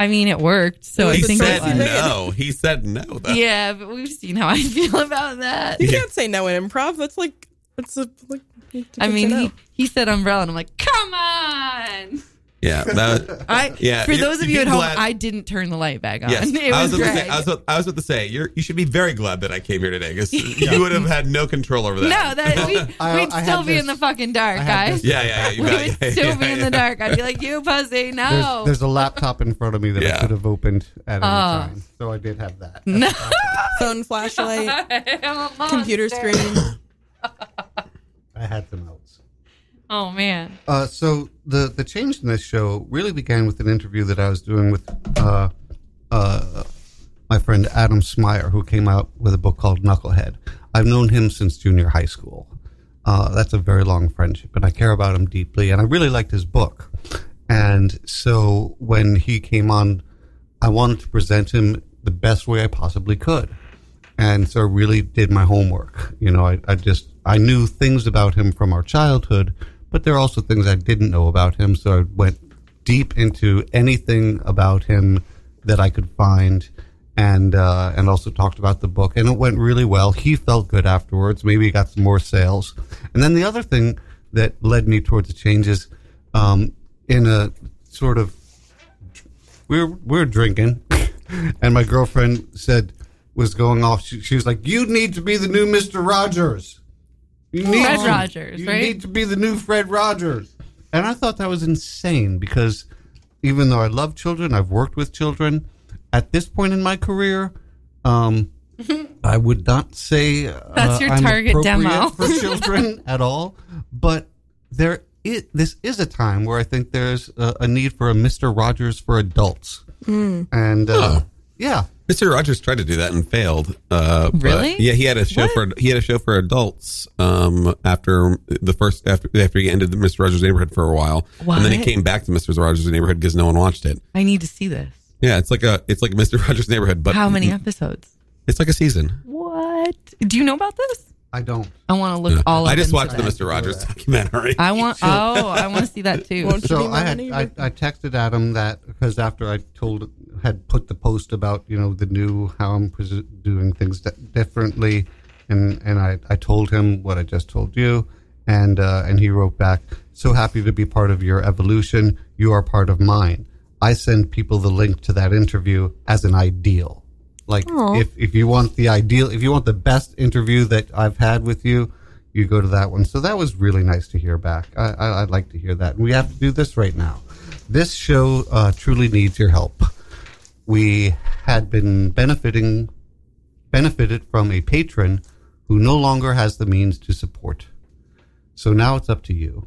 D: I mean, it worked. So I
E: He
D: think
F: said
D: it was.
F: no. He said no. Though.
D: Yeah, but we've seen how I feel about that.
E: You can't say no in improv. That's like that's a like. you
D: I
E: can't
D: mean,
E: say no.
D: he, he said umbrella, and I'm like, come on.
F: Yeah, that.
D: I
F: Yeah,
D: for
F: you-
D: those of
F: you'd
D: you at
F: be
D: home,
F: glad-
D: I didn't turn the light back on.
F: Yes,
D: It
F: I was
D: was,
F: about to say,
D: Greg.
F: I was about- I was about to say you're, you should be very glad that I came here today because you would have had no control over that.
D: no, that we,
B: I-
D: we'd
B: I had
D: still be in the
B: this-
D: fucking dark,
B: I had
D: guys.
B: this-
F: Yeah, yeah, yeah. You
D: We
F: got,
D: would
F: yeah,
D: still
F: yeah,
D: be in
F: yeah.
D: the dark. I'd be like, "You pussy,
B: There's,
D: no,
B: there's a laptop in front of me that
F: Yeah.
B: I could have opened at any
D: Oh.
B: time, so I did have that.
D: no."
E: Phone flashlight,
D: I'm a
E: computer
D: monster.
E: screen.
B: I had some else.
D: Oh man,
B: Uh, so the the change in this show really began with an interview that I was doing with uh, uh, my friend Adam Smyer, who came out with a book called Knucklehead. I've known him since junior high school. Uh, that's a very long friendship, and I care about him deeply, and I really liked his book. And so when he came on, I wanted to present him the best way I possibly could and so I really did my homework. You know, I, I just I knew things about him from our childhood, but there are also things I didn't know about him. So I went deep into anything about him that I could find, and uh, and also talked about the book, and it went really well. He felt good afterwards. Maybe he got some more sales, and then the other thing that led me towards the changes um, in a sort of we were we were drinking, and my girlfriend said was going off. She, she was like, "You need to be the new Mister Rogers. You need
D: Fred
B: to-
D: Rogers,
B: You
D: right?
B: need to be the new Fred Rogers." And I thought that was insane because even though I love children, I've worked with children. At this point in my career, um, I would not say uh,
D: That's your
B: I'm
D: target
B: appropriate
D: demo.
B: for children at all. But there, i this is a time where I think there's a, a need for a Mister Rogers for adults,
D: Hmm.
B: and uh,
F: Oh.
B: yeah,
F: Mr. Rogers tried to do that and failed. Uh, but-
D: Really?
F: yeah, he had a show for he had a show for adults. Um, after the first after after he ended the Mr. Rogers' Neighborhood for a while, and then he
D: What?
F: came back to Mr. Rogers' Neighborhood because no one watched it.
D: I need to see this.
F: Yeah, it's like a it's like Mr. Rogers' Neighborhood, but
D: How many episodes?
F: It's like a season.
D: What? Do you know about this?
B: I don't.
D: I want to look all.
F: I
D: up
F: just
D: into
F: watched the
D: that.
F: Mr. Rogers documentary.
D: I want. Oh, I want to see that too.
E: Won't you be
B: So
E: my
B: I had
E: neighbor?
B: I, I texted Adam that because after I told had put the post about you know the new how I'm pres- doing things di- differently, and and I I told him what I just told you, and uh, and he wrote back so happy to be part of your evolution. You are part of mine. I send people the link to that interview as an ideal. Like if if you want the ideal, if you want the best interview that I've had with you, you go to that one. So that was really nice to hear back. I, I, I'd like to hear that. We have to do this right now. This show uh, truly needs your help. We had been benefiting benefited from a patron who no longer has the means to support. So now it's up to you.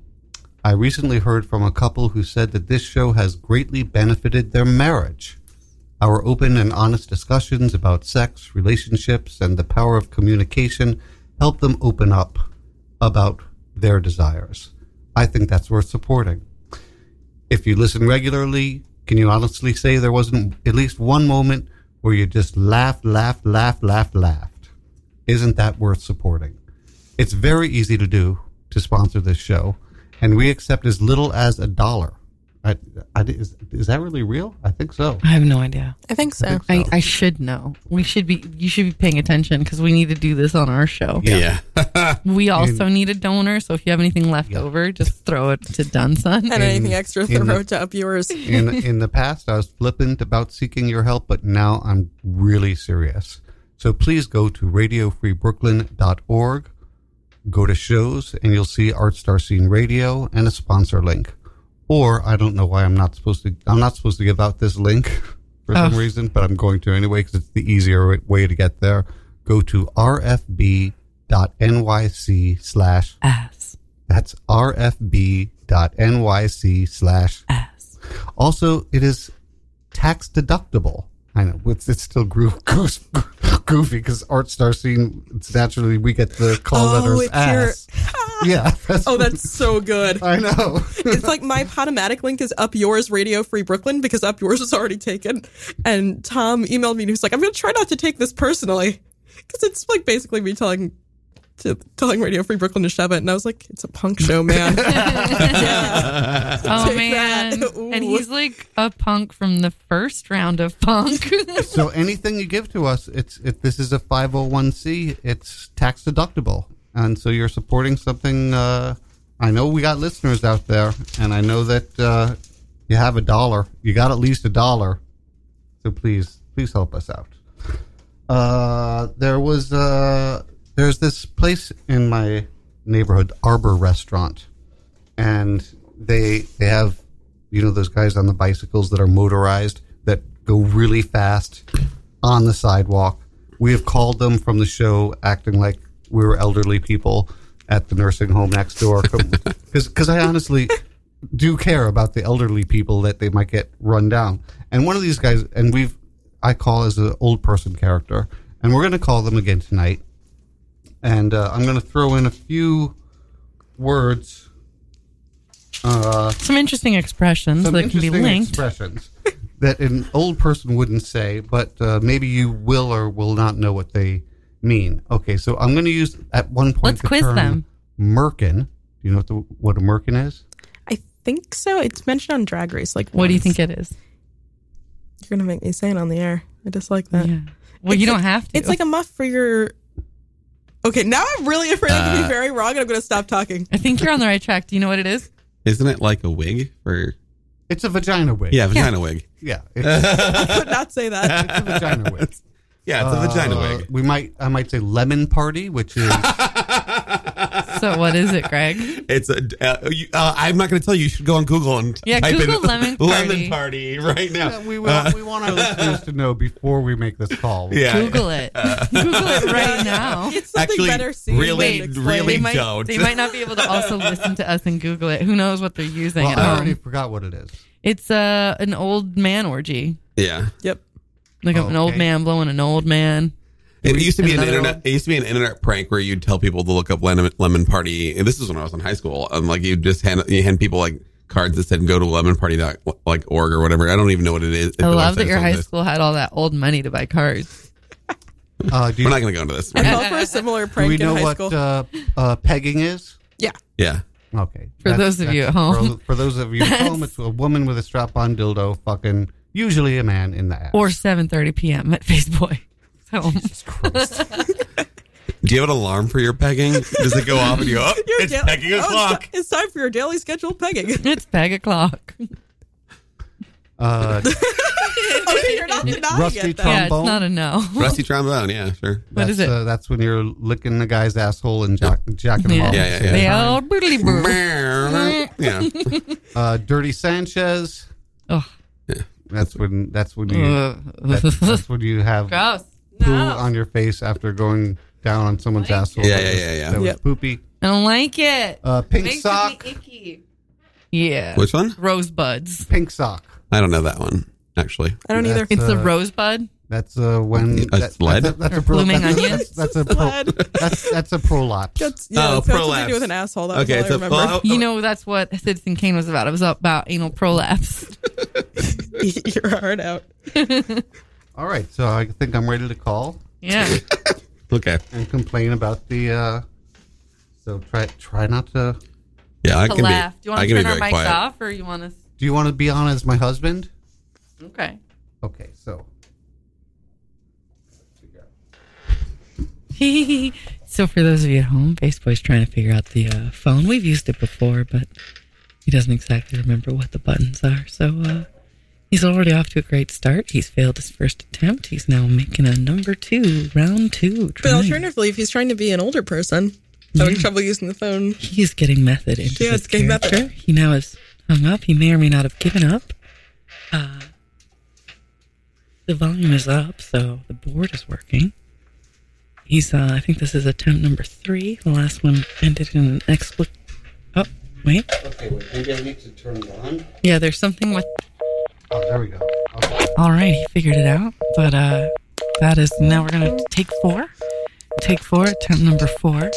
B: I recently heard from a couple who said that this show has greatly benefited their marriage. Our open and honest discussions about sex, relationships, and the power of communication help them open up about their desires. I think that's worth supporting. If you listen regularly, can you honestly say there wasn't at least one moment where you just laughed, laughed, laughed, laughed, laughed? Isn't that worth supporting? It's very easy to do to sponsor this show, and we accept as little as a dollar. I, I, is, is that really real? I think so.
D: I have no idea.
E: I think so.
D: I, I should know. We should be. You should be paying attention because we need to do this on our show.
F: yeah.
D: We also need a donor. So if you have anything left over, just throw it to Dunson.
E: And anything extra,
B: in
E: throw
B: the-
E: it to up yours.
B: in in the past I was flippant about seeking your help, but now I'm really serious. So please go to radiofreebrooklyn.org, go to shows, and you'll see Art Star Scene Radio and a sponsor link. Or I don't know why I'm not supposed to I'm not supposed to give out this link for
D: Oh.
B: some reason, but I'm going to anyway because it's the easier wa- way to get there. Go to rfb.nyc slash
D: Ass.
B: that's rfb.nyc slash
D: Ass.
B: also, it is tax deductible. I know it's, it's still gro- goose- goofy because art star scene. It's naturally we get the call
E: Oh,
B: letters
E: it's
B: ass. yeah. That's,
E: Oh, that's so good.
B: I know.
E: It's like my Potomatic link is up yours, Radio Free Brooklyn, because up yours is already taken. And Tom emailed me and he was like, I'm going to try not to take this personally. Because it's like basically me telling to, telling Radio Free Brooklyn to shove it. And I was like, it's a punk show, man.
D: Oh
E: Take
D: man!
E: that. Ooh.
D: And he's like a punk from the first round of punk.
B: so anything you give to us, it's if this is a five hundred one c, it's tax deductible, and so you're supporting something. Uh, I know we got listeners out there, and I know that uh, You have a dollar. You got at least a dollar. So please, please help us out. Uh, there was uh, there's this place in my neighborhood, Arbor Restaurant, and they they have you know those guys on the bicycles that are motorized that go really fast on the sidewalk. We have called them from the show, acting like we were elderly people at the nursing home next door, because I honestly do care about the elderly people that they might get run down. And one of these guys, and we've, I call as an old person character, and we're going to call them again tonight. And uh, I'm going to throw in a few words, uh,
D: Some interesting expressions
B: some
D: that can be
B: interesting
D: linked.
B: expressions that an old person wouldn't say, but uh, maybe you will or will not know what they mean. Okay, so I'm going to use at one point
D: Let's
B: the
D: quiz
B: term
D: them.
B: merkin. Do you know what, the, what a merkin is?
E: I think so. It's mentioned on Drag Race. Like,
D: what do you
E: once.
D: think it is?
E: You're gonna make me say it on the air. I dislike that.
D: Well,
E: It's
D: you don't
E: like-
D: have to.
E: It's like a muff for your. Okay, now I'm really afraid I'm gonna
F: Uh,
E: be very wrong, and I'm gonna stop talking.
D: I think you're on the right track. Do you know what it is?
F: Isn't it like a wig for
B: It's a vagina wig.
F: yeah, vagina wig?
B: Yeah. It's
E: I could not say that.
B: a vagina wig.
F: Yeah, it's a vagina
B: Uh,
F: wig.
B: We might I might say lemon party, which is
D: So what is it, Greg?
F: It's a. Uh, you, uh, I'm not going to tell you. You should go on Google and
D: Yeah,
F: type
D: Google
F: in
D: lemon
F: lemon party right now.
B: we will, we want our listeners to know before we make this call.
F: Uh. Yeah,
D: Google it. Google it right now.
E: It's something
F: Actually,
E: better seen
F: really,
E: than explained.
F: really
D: They might,
F: don't.
D: they might not be able to also listen to us and Google it. Who knows what they're using
B: Well,
D: at
B: I already
D: home?
B: forgot what it is.
D: It's uh, an old man orgy,
F: Yeah,
E: Yep.
D: like an old
B: Okay.
D: man blowing an old man.
F: it used to be an
D: Another
F: internet.
D: one?
F: It used to be an internet prank where you'd tell people to look up lemon, lemon party. And this is when I was in high school. And like you just hand you hand people like cards that said go to lemon party dot like org or whatever. I don't even know what it is.
D: I
F: The
D: love
F: website
D: that your
F: is on
D: high
F: this.
D: school had all that old money to buy cars.
B: Uh, do, you,
F: We're not going to go into this.
E: I
F: We're-
E: fell for a similar
B: do
E: prank
B: we know
E: in high
B: what
E: school.
B: uh, uh, pegging is?
E: yeah.
F: Yeah,
B: Okay.
D: For those of you at home.
B: For, for those of you at home, it's a woman with a strap on dildo fucking usually a man in the ass.
D: Or 7:30 p.m. at Faceboy. So
F: do you have an alarm for your pegging? Does it go off and you go? Oh,
E: Your
F: it's
E: da-
F: pegging
E: oh, it's
F: o'clock.
E: ti- It's, time for your daily scheduled pegging.
D: it's peg o'clock.
B: uh,
E: okay, you're not denying
B: Rusty
E: it. Though.
B: Trump.
D: Yeah, it's
B: Trombone?
D: not a no.
F: Rusty trombone. Yeah, sure.
D: What is
B: that's,
D: it?
B: Uh, that's when you're licking the guy's asshole and jack, jacking him
D: Yeah.
B: off. Uh,
F: Yeah,
B: at
F: yeah,
B: the
D: They
B: same time.
D: all boodly boo.
F: yeah.
B: Uh, Dirty Sanchez.
D: Ugh.
B: That's when. That's when you.
D: Uh.
B: That's,
D: Ugh.
B: that's when you have
D: Gross.
B: poo on your face after going down on someone's asshole.
F: Yeah,
B: that
F: yeah,
B: was-
F: yeah, yeah.
B: That was
E: Yep.
B: poopy.
D: I don't like it.
B: Uh, pink
D: Makes
B: sock.
D: me icky. Yeah.
F: Which one?
D: Rosebuds.
B: Pink sock.
F: I don't know that one actually.
E: I don't either.
B: That's,
D: It's a
B: uh,
D: rosebud.
B: That's uh, when
F: A sled?
B: That's a, that's
D: Or
B: a pro,
D: blooming
B: that's,
D: onions?
B: That's, that's a pro,
E: Sled.
B: that's that's a prolapse.
E: That's, yeah,
F: Oh,
E: that's something to
F: prolapse.
E: do with an asshole. That's
F: Okay,
E: all I
F: so
E: remember.
F: well,
B: oh.
D: You know that's what Citizen Kane was about. It was about anal prolapse.
E: Your heart out.
B: All right, so I think I'm ready to call
D: Yeah.
F: okay.
B: and complain about the. Uh, so try try not to.
F: Yeah, I
D: To
F: can
D: laugh. Do
F: be.
D: you want
F: I
D: to
F: can be
D: turn our
F: very
D: mics
F: quiet.
D: off or you want us?
B: Do you want to be on as my husband?
D: Okay.
B: Okay, so
I: So, for those of you at home, Faceboy's trying to figure out the uh, phone. We've used it before, but he doesn't exactly remember what the buttons are. So, uh, he's already off to a great start. He's failed his first attempt. He's now making a number two, round two.
E: But
B: Hmm.
I: Trying.
E: alternatively, if he's trying to be an older person, having trouble using the phone,
I: He is getting method into
E: Yeah,
I: his
E: it's getting method.
I: character. He now is hung up. He may or may not have given up. Uh, the volume is up, so the board is working. He's, uh, I think this is attempt number three. The last one ended in an expl. Oh, wait.
B: okay, wait, maybe I need to turn it on.
I: Yeah, there's something with.
B: Oh, there we go. Okay.
I: All right, he figured it out. But uh, that is now we're gonna take four. Take four. Attempt number four.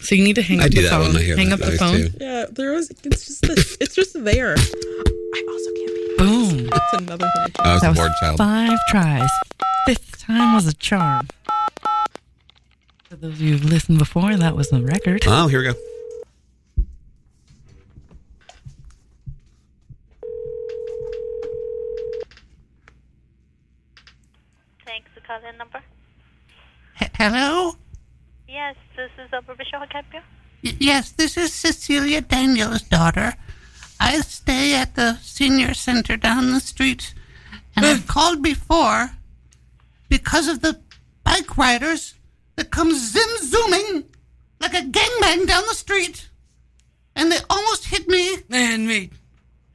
I: So you need to hang
F: I
I: up
F: do
I: the
F: that
I: phone.
F: one. I hear
I: hang
F: that
I: up the
F: noise,
I: phone.
F: too.
E: yeah, there was. It's just the, it's just there. I also can't be.
I: Boom.
E: That's another thing.
F: I was
I: That
F: a
I: was
F: bored child.
I: five tries. Fifth time was a charm. For those of you who've listened before, that was the record.
F: Oh, here we go.
J: Thanks for calling number.
K: Hello?
J: Yes, this is Upper Bishop Capio.
K: Y- yes, this is Cecilia Daniels' daughter.
B: I stay at the senior center down the street, and I've called before because of the bike riders that come zim zooming like a gangbang down the street, and they almost hit me. And me.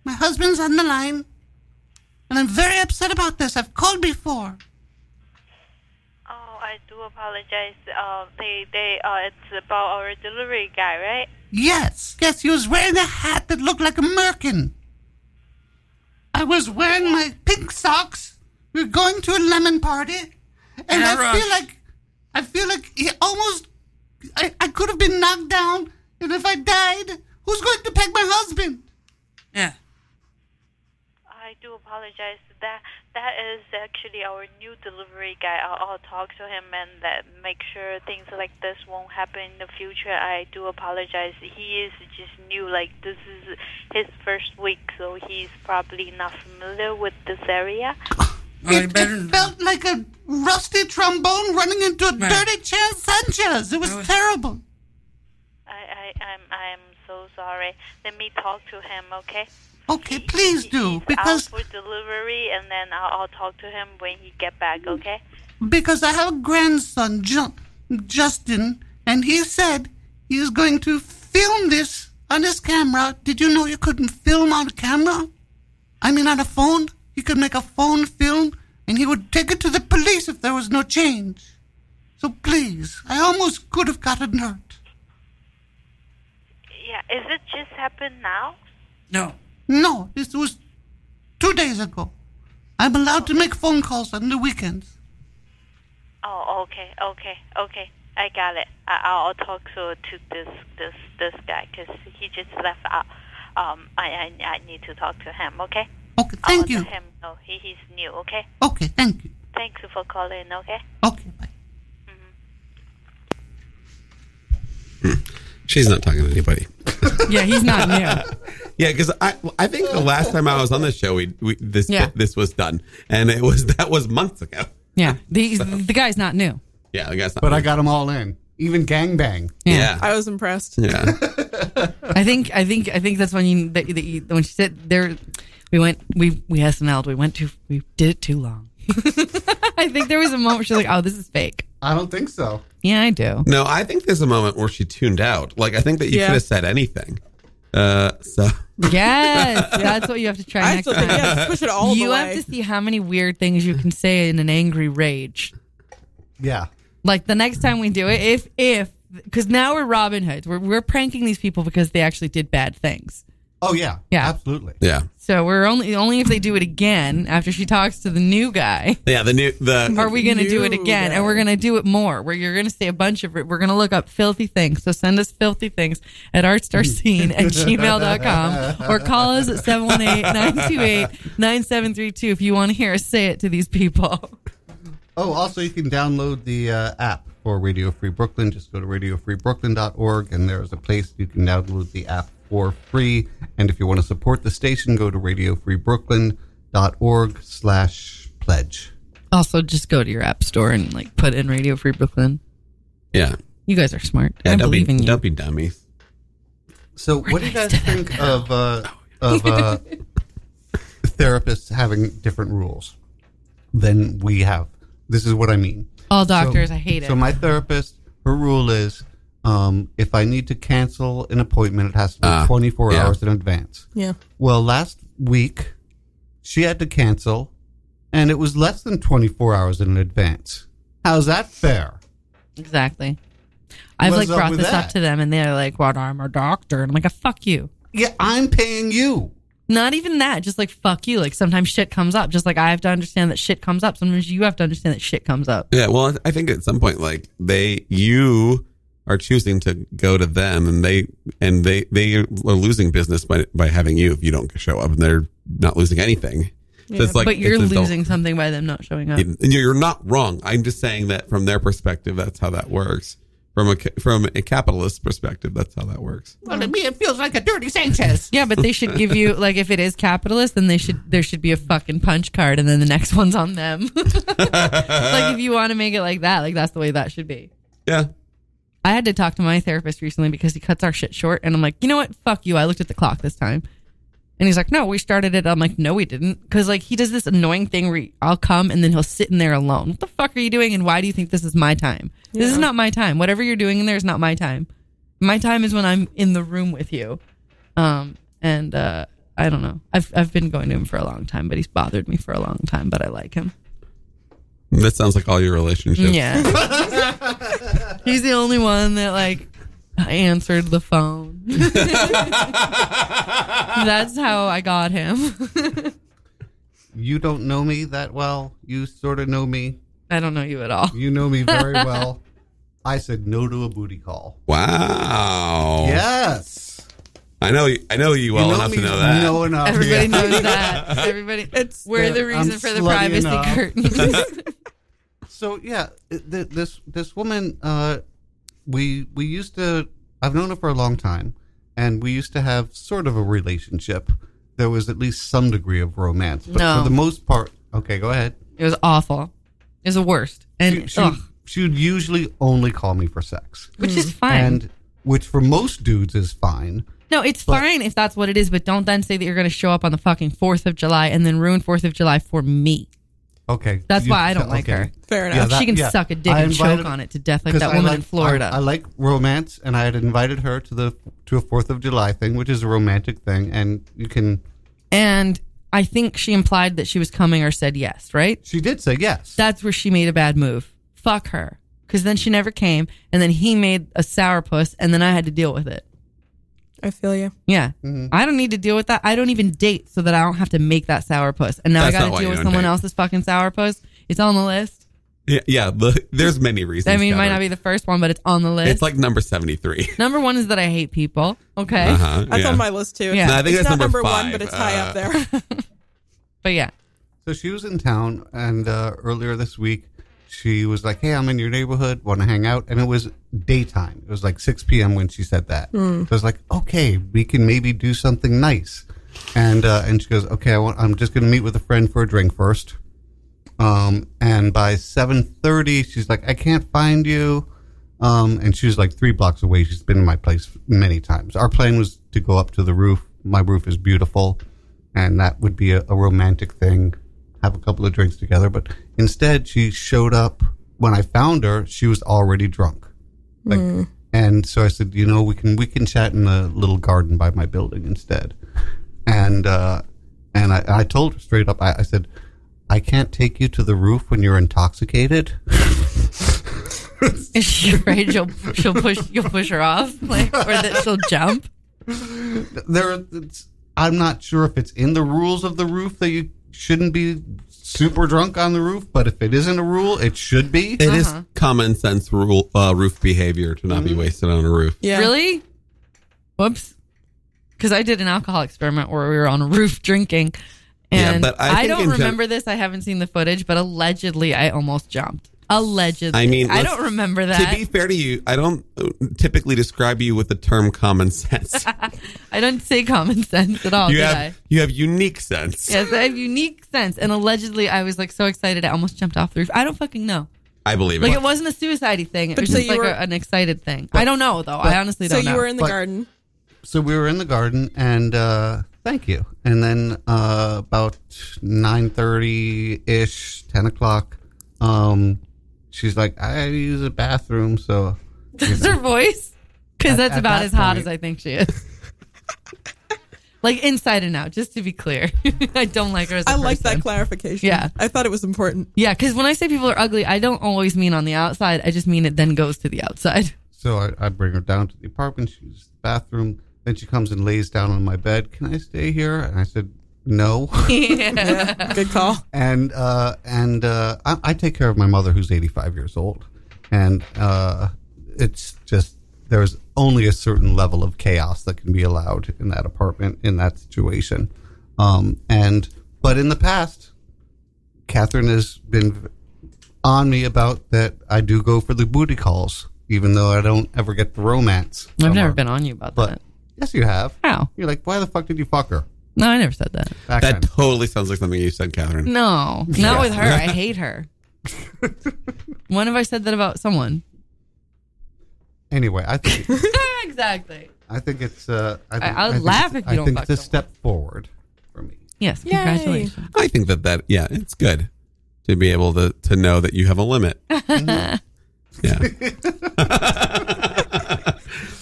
B: My husband's on the line, and I'm very upset about this. I've called before.
D: Oh, I do apologize. Uh, they, they, uh, it's about our delivery guy, right?
B: Yes, yes, he was wearing a hat that looked like a merkin. I was wearing my pink socks. We were going to a lemon party, and I feel like I feel like he almost I, I could have been knocked down, and if I died, who's going to peg my husband?
D: I do apologize. That that is actually our new delivery guy. I'll, I'll talk to him and that make sure things like this won't happen in the future. I do apologize. He is just new. Like this is his first week, so he's probably not familiar with this area.
B: It, it felt like a rusty trombone running into a dirty Chaz Sanchez. It was terrible.
D: I, I I'm I'm so sorry. Let me talk to him, okay?
B: Okay, please do because
D: out for delivery, and then I'll, I'll talk to him when he get back. Okay.
B: because I have a grandson, Ju- Justin, and he said he is going to film this on his camera. Did you know you couldn't film on camera? I mean, on a phone? You could make a phone film, and he would take it to the police if there was no change. So please, I almost could have gotten hurt.
D: Yeah. Is it just happened now?
B: No. No, this was two days ago. I'm allowed to make phone calls on the weekends.
D: Oh, okay, okay, okay. I got it. I, I'll I'll talk to to this this this guy because he just left out. Um, I, I I need to talk to him. Okay.
B: Okay,
I: Oh,
B: thank
D: I'll
B: you.
D: Let him know he, he's new. Okay.
B: Okay, thank you.
D: Thanks for calling. Okay.
F: She's not talking to anybody.
I: Yeah, he's not new.
F: Yeah, because I I think the last time I was on this show, we, we this
I: Yeah.
F: this was done, and it was that was months ago.
I: Yeah, the the guy's not new.
F: Yeah, I guess.
L: But I got them all in, even gangbang.
F: Yeah.
E: I was impressed.
F: Yeah.
I: I think I think I think that's when you that, that you, when she said there, we went we we SNL'd we went too we did it too long. I think there was a moment she's like, oh, this is fake.
L: I don't think so.
I: Yeah, I do.
F: No, I think there's a moment where she tuned out. Like I think that you
I: Yeah.
F: could have said anything. Uh, so
I: Yes, that's what you have to try next
E: still think,
I: time.
E: yeah, push it all the
I: You have
E: way.
I: to see how many weird things you can say in an angry rage.
L: Yeah.
I: Like the next time we do it, if if because now we're Robin Hoods, we're we're pranking these people because they actually did bad things.
L: Oh yeah.
I: Yeah.
L: Absolutely.
F: Yeah.
I: So we're only only if they do it again after she talks to the new guy.
F: yeah, the new the
I: Are we going to do it
F: New
I: again? And we're going to do it more. Where you're going to say a bunch of, we're going to look up filthy things. So send us filthy things at artstarscene at gmail.com or call us at 718 928 9732 if you want to hear us say it to these people.
L: Oh, also you can download the uh, app for Radio Free Brooklyn. Just go to radiofreebrooklyn.org and there is a place you can download the app for free. And if you want to support the station, go to radiofreebrooklyn.org slash pledge.
I: Also, just go to your app store and like put in Radio Free Brooklyn.
F: Yeah.
I: You guys are smart.
F: Yeah,
I: I
F: don't be
I: believe in you.
F: don't be dummies.
L: So what do you guys think of uh, of uh, therapists having different rules than we have? This is what I mean.
I: All
L: So-
I: doctors, I hate it.
L: So my therapist, her rule is, um, if I need to cancel an appointment, it has to be
F: Ah,
L: 24
F: yeah.
L: hours in advance.
E: Yeah.
L: Well, last week she had to cancel, and it was less than 24 hours in advance. How's that fair?
I: Exactly. I've
L: What's
I: like
L: up
I: brought
L: with
I: this up
L: that?
I: to them and they're like, what? I'm a doctor. And I'm like, "Ah, fuck you.
L: Yeah, I'm paying you.
I: Not even that. Just like fuck you. Like sometimes shit comes up. Just like I have to understand that shit comes up. Sometimes you have to understand that shit comes up.
F: Yeah, well, I think at some point, like they, you are choosing to go to them, and they, and they, they are losing business by by having you if you don't show up, and they're not losing anything. So it's like,
I: but you're
F: it's a double-
I: losing something by them not showing up.
F: And You're not wrong. I'm just saying that from their perspective, that's how that works. From a ca- from a capitalist perspective, that's how that works.
B: Well, to me, it feels like a dirty Sanchez.
I: Yeah, but they should give you like if it is capitalist, then they should there should be a fucking punch card, and then the next one's on them. like if you want to make it like that, like that's the way that should be.
F: Yeah.
I: I had to talk to my therapist recently because he cuts our shit short, and I'm like, you know what? Fuck you. I looked at the clock this time. And he's like, no, we started it. I'm like, no, we didn't. Because, like, he does this annoying thing where he- I'll come and then he'll sit in there alone. What the fuck are you doing? And why do you think this is my time? This is
M: Yeah.
I: not my time. Whatever you're doing in there is not my time. My time is when I'm in the room with you. Um, and uh, I don't know. I've, I've been going to him for a long time, but he's bothered me for a long time, but I like him.
F: That sounds like all your relationships.
I: Yeah. He's the only one that like answered the phone. That's how I got him.
B: You don't know me that well. You sort of know me.
I: I don't know you at all.
B: You know me very well. I said no to a booty call.
I: Oh.
F: Wow.
B: Yes.
F: I know. I know you well
B: know
F: enough to
B: me
F: know that.
B: know enough.
I: Everybody
B: Yeah.
I: knows that. Everybody
E: It's
I: we're
B: that
I: the reason
B: I'm
I: for the
B: slutty
I: privacy
B: enough.
I: curtains.
B: so yeah, th- th- this this woman, uh, we we used to. I've known her for a long time, and we used to have sort of a relationship. There was at least some degree of romance, but
I: No.
B: for the most part, okay, go ahead.
I: it was awful. It was the worst. And
B: she,
I: ugh,
B: she would usually only call me for sex,
I: Which is fine.
B: Mm. and which for most dudes is fine.
I: no, it's fine if that's what it is, but don't then say that you're going to show up on the fucking 4th of July and then ruin 4th of July for me.
B: Okay,
I: That's why I don't like her. Fair enough. She can suck a dick
B: I
I: and choke
B: invited-
I: on it to death like
B: 'cause
I: that
B: I
I: woman in Florida.
B: I, I like romance, and I had invited her to the to a Fourth of July thing, which is a romantic thing, and you can.
I: And I think she implied that she was coming or said yes, right?
B: She did say yes.
I: That's where she made a bad move. Fuck her. Because then she never came. And then he made a sourpuss. And then I had to deal with it.
E: I feel you.
I: Yeah.
F: Mm-hmm.
I: I don't need to deal with that. I don't even date so that I don't have to make that sourpuss. And now
F: That's
I: I
F: not
I: got
F: why
I: to deal
F: you
I: with
F: don't
I: someone
F: date.
I: else's fucking sourpuss. It's on the list.
F: Yeah. yeah the, there's many reasons.
I: I mean, it might
F: Catherine.
I: not be the first one, but it's on the list.
F: It's like number seventy-three.
I: Number one is that I hate people. Okay.
F: Uh-huh, That's yeah. on my
E: list too.
I: Yeah.
F: No, I think
E: it's
F: that's
E: not
F: number
E: number, one,
F: five,
E: but it's high up
F: uh,
E: there.
I: But yeah.
B: So she was in town, and uh, earlier this week, she was like, "Hey, I'm in your neighborhood. Want to hang out?" And it was daytime. It was like 6 p.m. when she said that.
N: Mm.
B: So I was like, "Okay, we can maybe do something nice." And uh, and she goes, "Okay, I want, I'm just going to meet with a friend for a drink first. Um, and by 7:30, she's like, "I can't find you." Um, and she was like three blocks away. She's been in my place many times. Our plan was to go up to the roof. My roof is beautiful, and that would be a, a romantic thing. Have a couple of drinks together. But instead, she showed up. When I found her, she was already drunk. Like,
N: Mm.
B: and so I said, you know, we can we can chat in the little garden by my building instead. And uh, and I, I told her straight up, I, I said, I can't take you to the roof when you're intoxicated.
I: Is she afraid she'll, she'll push, you'll push her off? Like, or that she'll jump?
B: there it's, i'm not sure if it's in the rules of the roof that you shouldn't be super drunk on the roof but if it isn't a rule it should be
F: It is
E: Uh-huh.
F: common sense rule, uh, roof behavior to not
E: Mm-hmm.
F: be wasted on a roof.
I: Really? Whoops. Because I did an alcohol experiment where we were on a roof drinking.
F: Yeah,
I: And
F: but I
I: I,
F: think in
I: don't
F: gen-
I: remember this. I haven't seen the footage, but allegedly I almost jumped. Allegedly.
F: I mean,
I: I
F: let's-
I: don't remember that.
F: To be fair to you, I don't uh, typically describe you with the term common sense.
I: I don't say common sense
E: Oh,
I: at all,
F: you
I: did
F: have
I: I?
F: you have unique sense.
I: Yes, I have unique sense. And allegedly I was like so excited I almost jumped off the roof. I don't fucking know.
F: I believe
I: Like
F: it.
I: it wasn't a suicide thing. It
E: But
I: was
E: so
I: just
E: you
I: like
E: were-
I: a, an excited thing. I don't know though. I honestly
E: so
I: don't know.
E: you were in the
B: But-
E: garden.
B: so we were in the garden and uh thank you and then uh about 9:30 ish 10 o'clock um she's like i use a bathroom so
I: Does her voice? Because
B: At-
I: that's
B: at
I: about
B: that
I: as hot
B: point-
I: as I think she is. like inside and out, just to be clear. I don't like her as a
E: I like that
I: person.
E: clarification.
I: Yeah.
E: I thought it was important.
I: Yeah, because when I say people are ugly, I don't always mean on the outside. I just mean it then goes to the outside.
B: So I, I bring her down to the apartment. She uses the bathroom. Then she comes and lays down on my bed. Can I stay here? And I said, No.
E: Yeah, good call.
B: And uh, and uh, I, I take care of my mother, who's 85 years old, and uh, it's just there's only a certain level of chaos that can be allowed in that apartment in that situation. Um, and but in the past, Catherine has been on me about that I do go for the booty calls, even though I don't ever get the romance.
I: I've never been on you about
B: But
I: that.
B: yes, you have.
I: How?
B: You're like, why the fuck did you fuck her?
I: No, I never said that.
B: Back then.
F: that totally sounds like something you said, Catherine.
E: Mm.
I: No, not
F: Yeah.
I: with her. I hate her. when have I said that about someone?
B: Anyway, I think
I: exactly.
B: I think it's. Uh, I think,
I: I- I'll laugh if you
B: I
I: don't
B: think
I: fuck
B: it's a step forward.
I: Yes,
E: Yay.
I: congratulations.
F: I think that that yeah, it's good to be able to to know that you have a limit.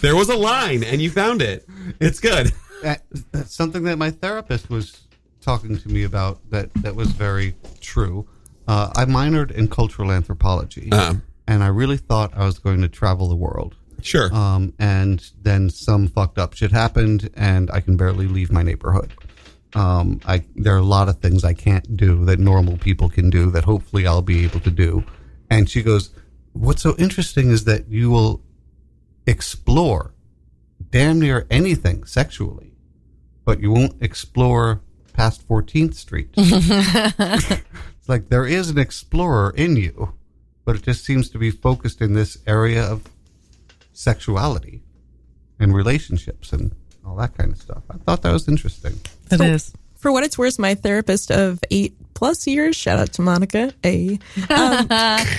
F: There was a line, and you found it. It's good.
B: That, that's something that my therapist was talking to me about that, that was very true. Uh, I minored in cultural anthropology,
F: Uh-huh. Uh,
B: and I really thought I was going to travel the world.
F: Sure.
B: Um, and then some fucked up shit happened, and I can barely leave my neighborhood. Um, I there are a lot of things I can't do that normal people can do that hopefully I'll be able to do. And she goes, "What's so interesting is that you will explore damn near anything sexually, but you won't explore past 14th Street. it's like there is an explorer in you, but it just seems to be focused in this area of sexuality and relationships and all that kind of stuff. I thought that was interesting.
O: It is.
E: For what it's worth, my therapist of eight plus years, shout out to Monica A. Um,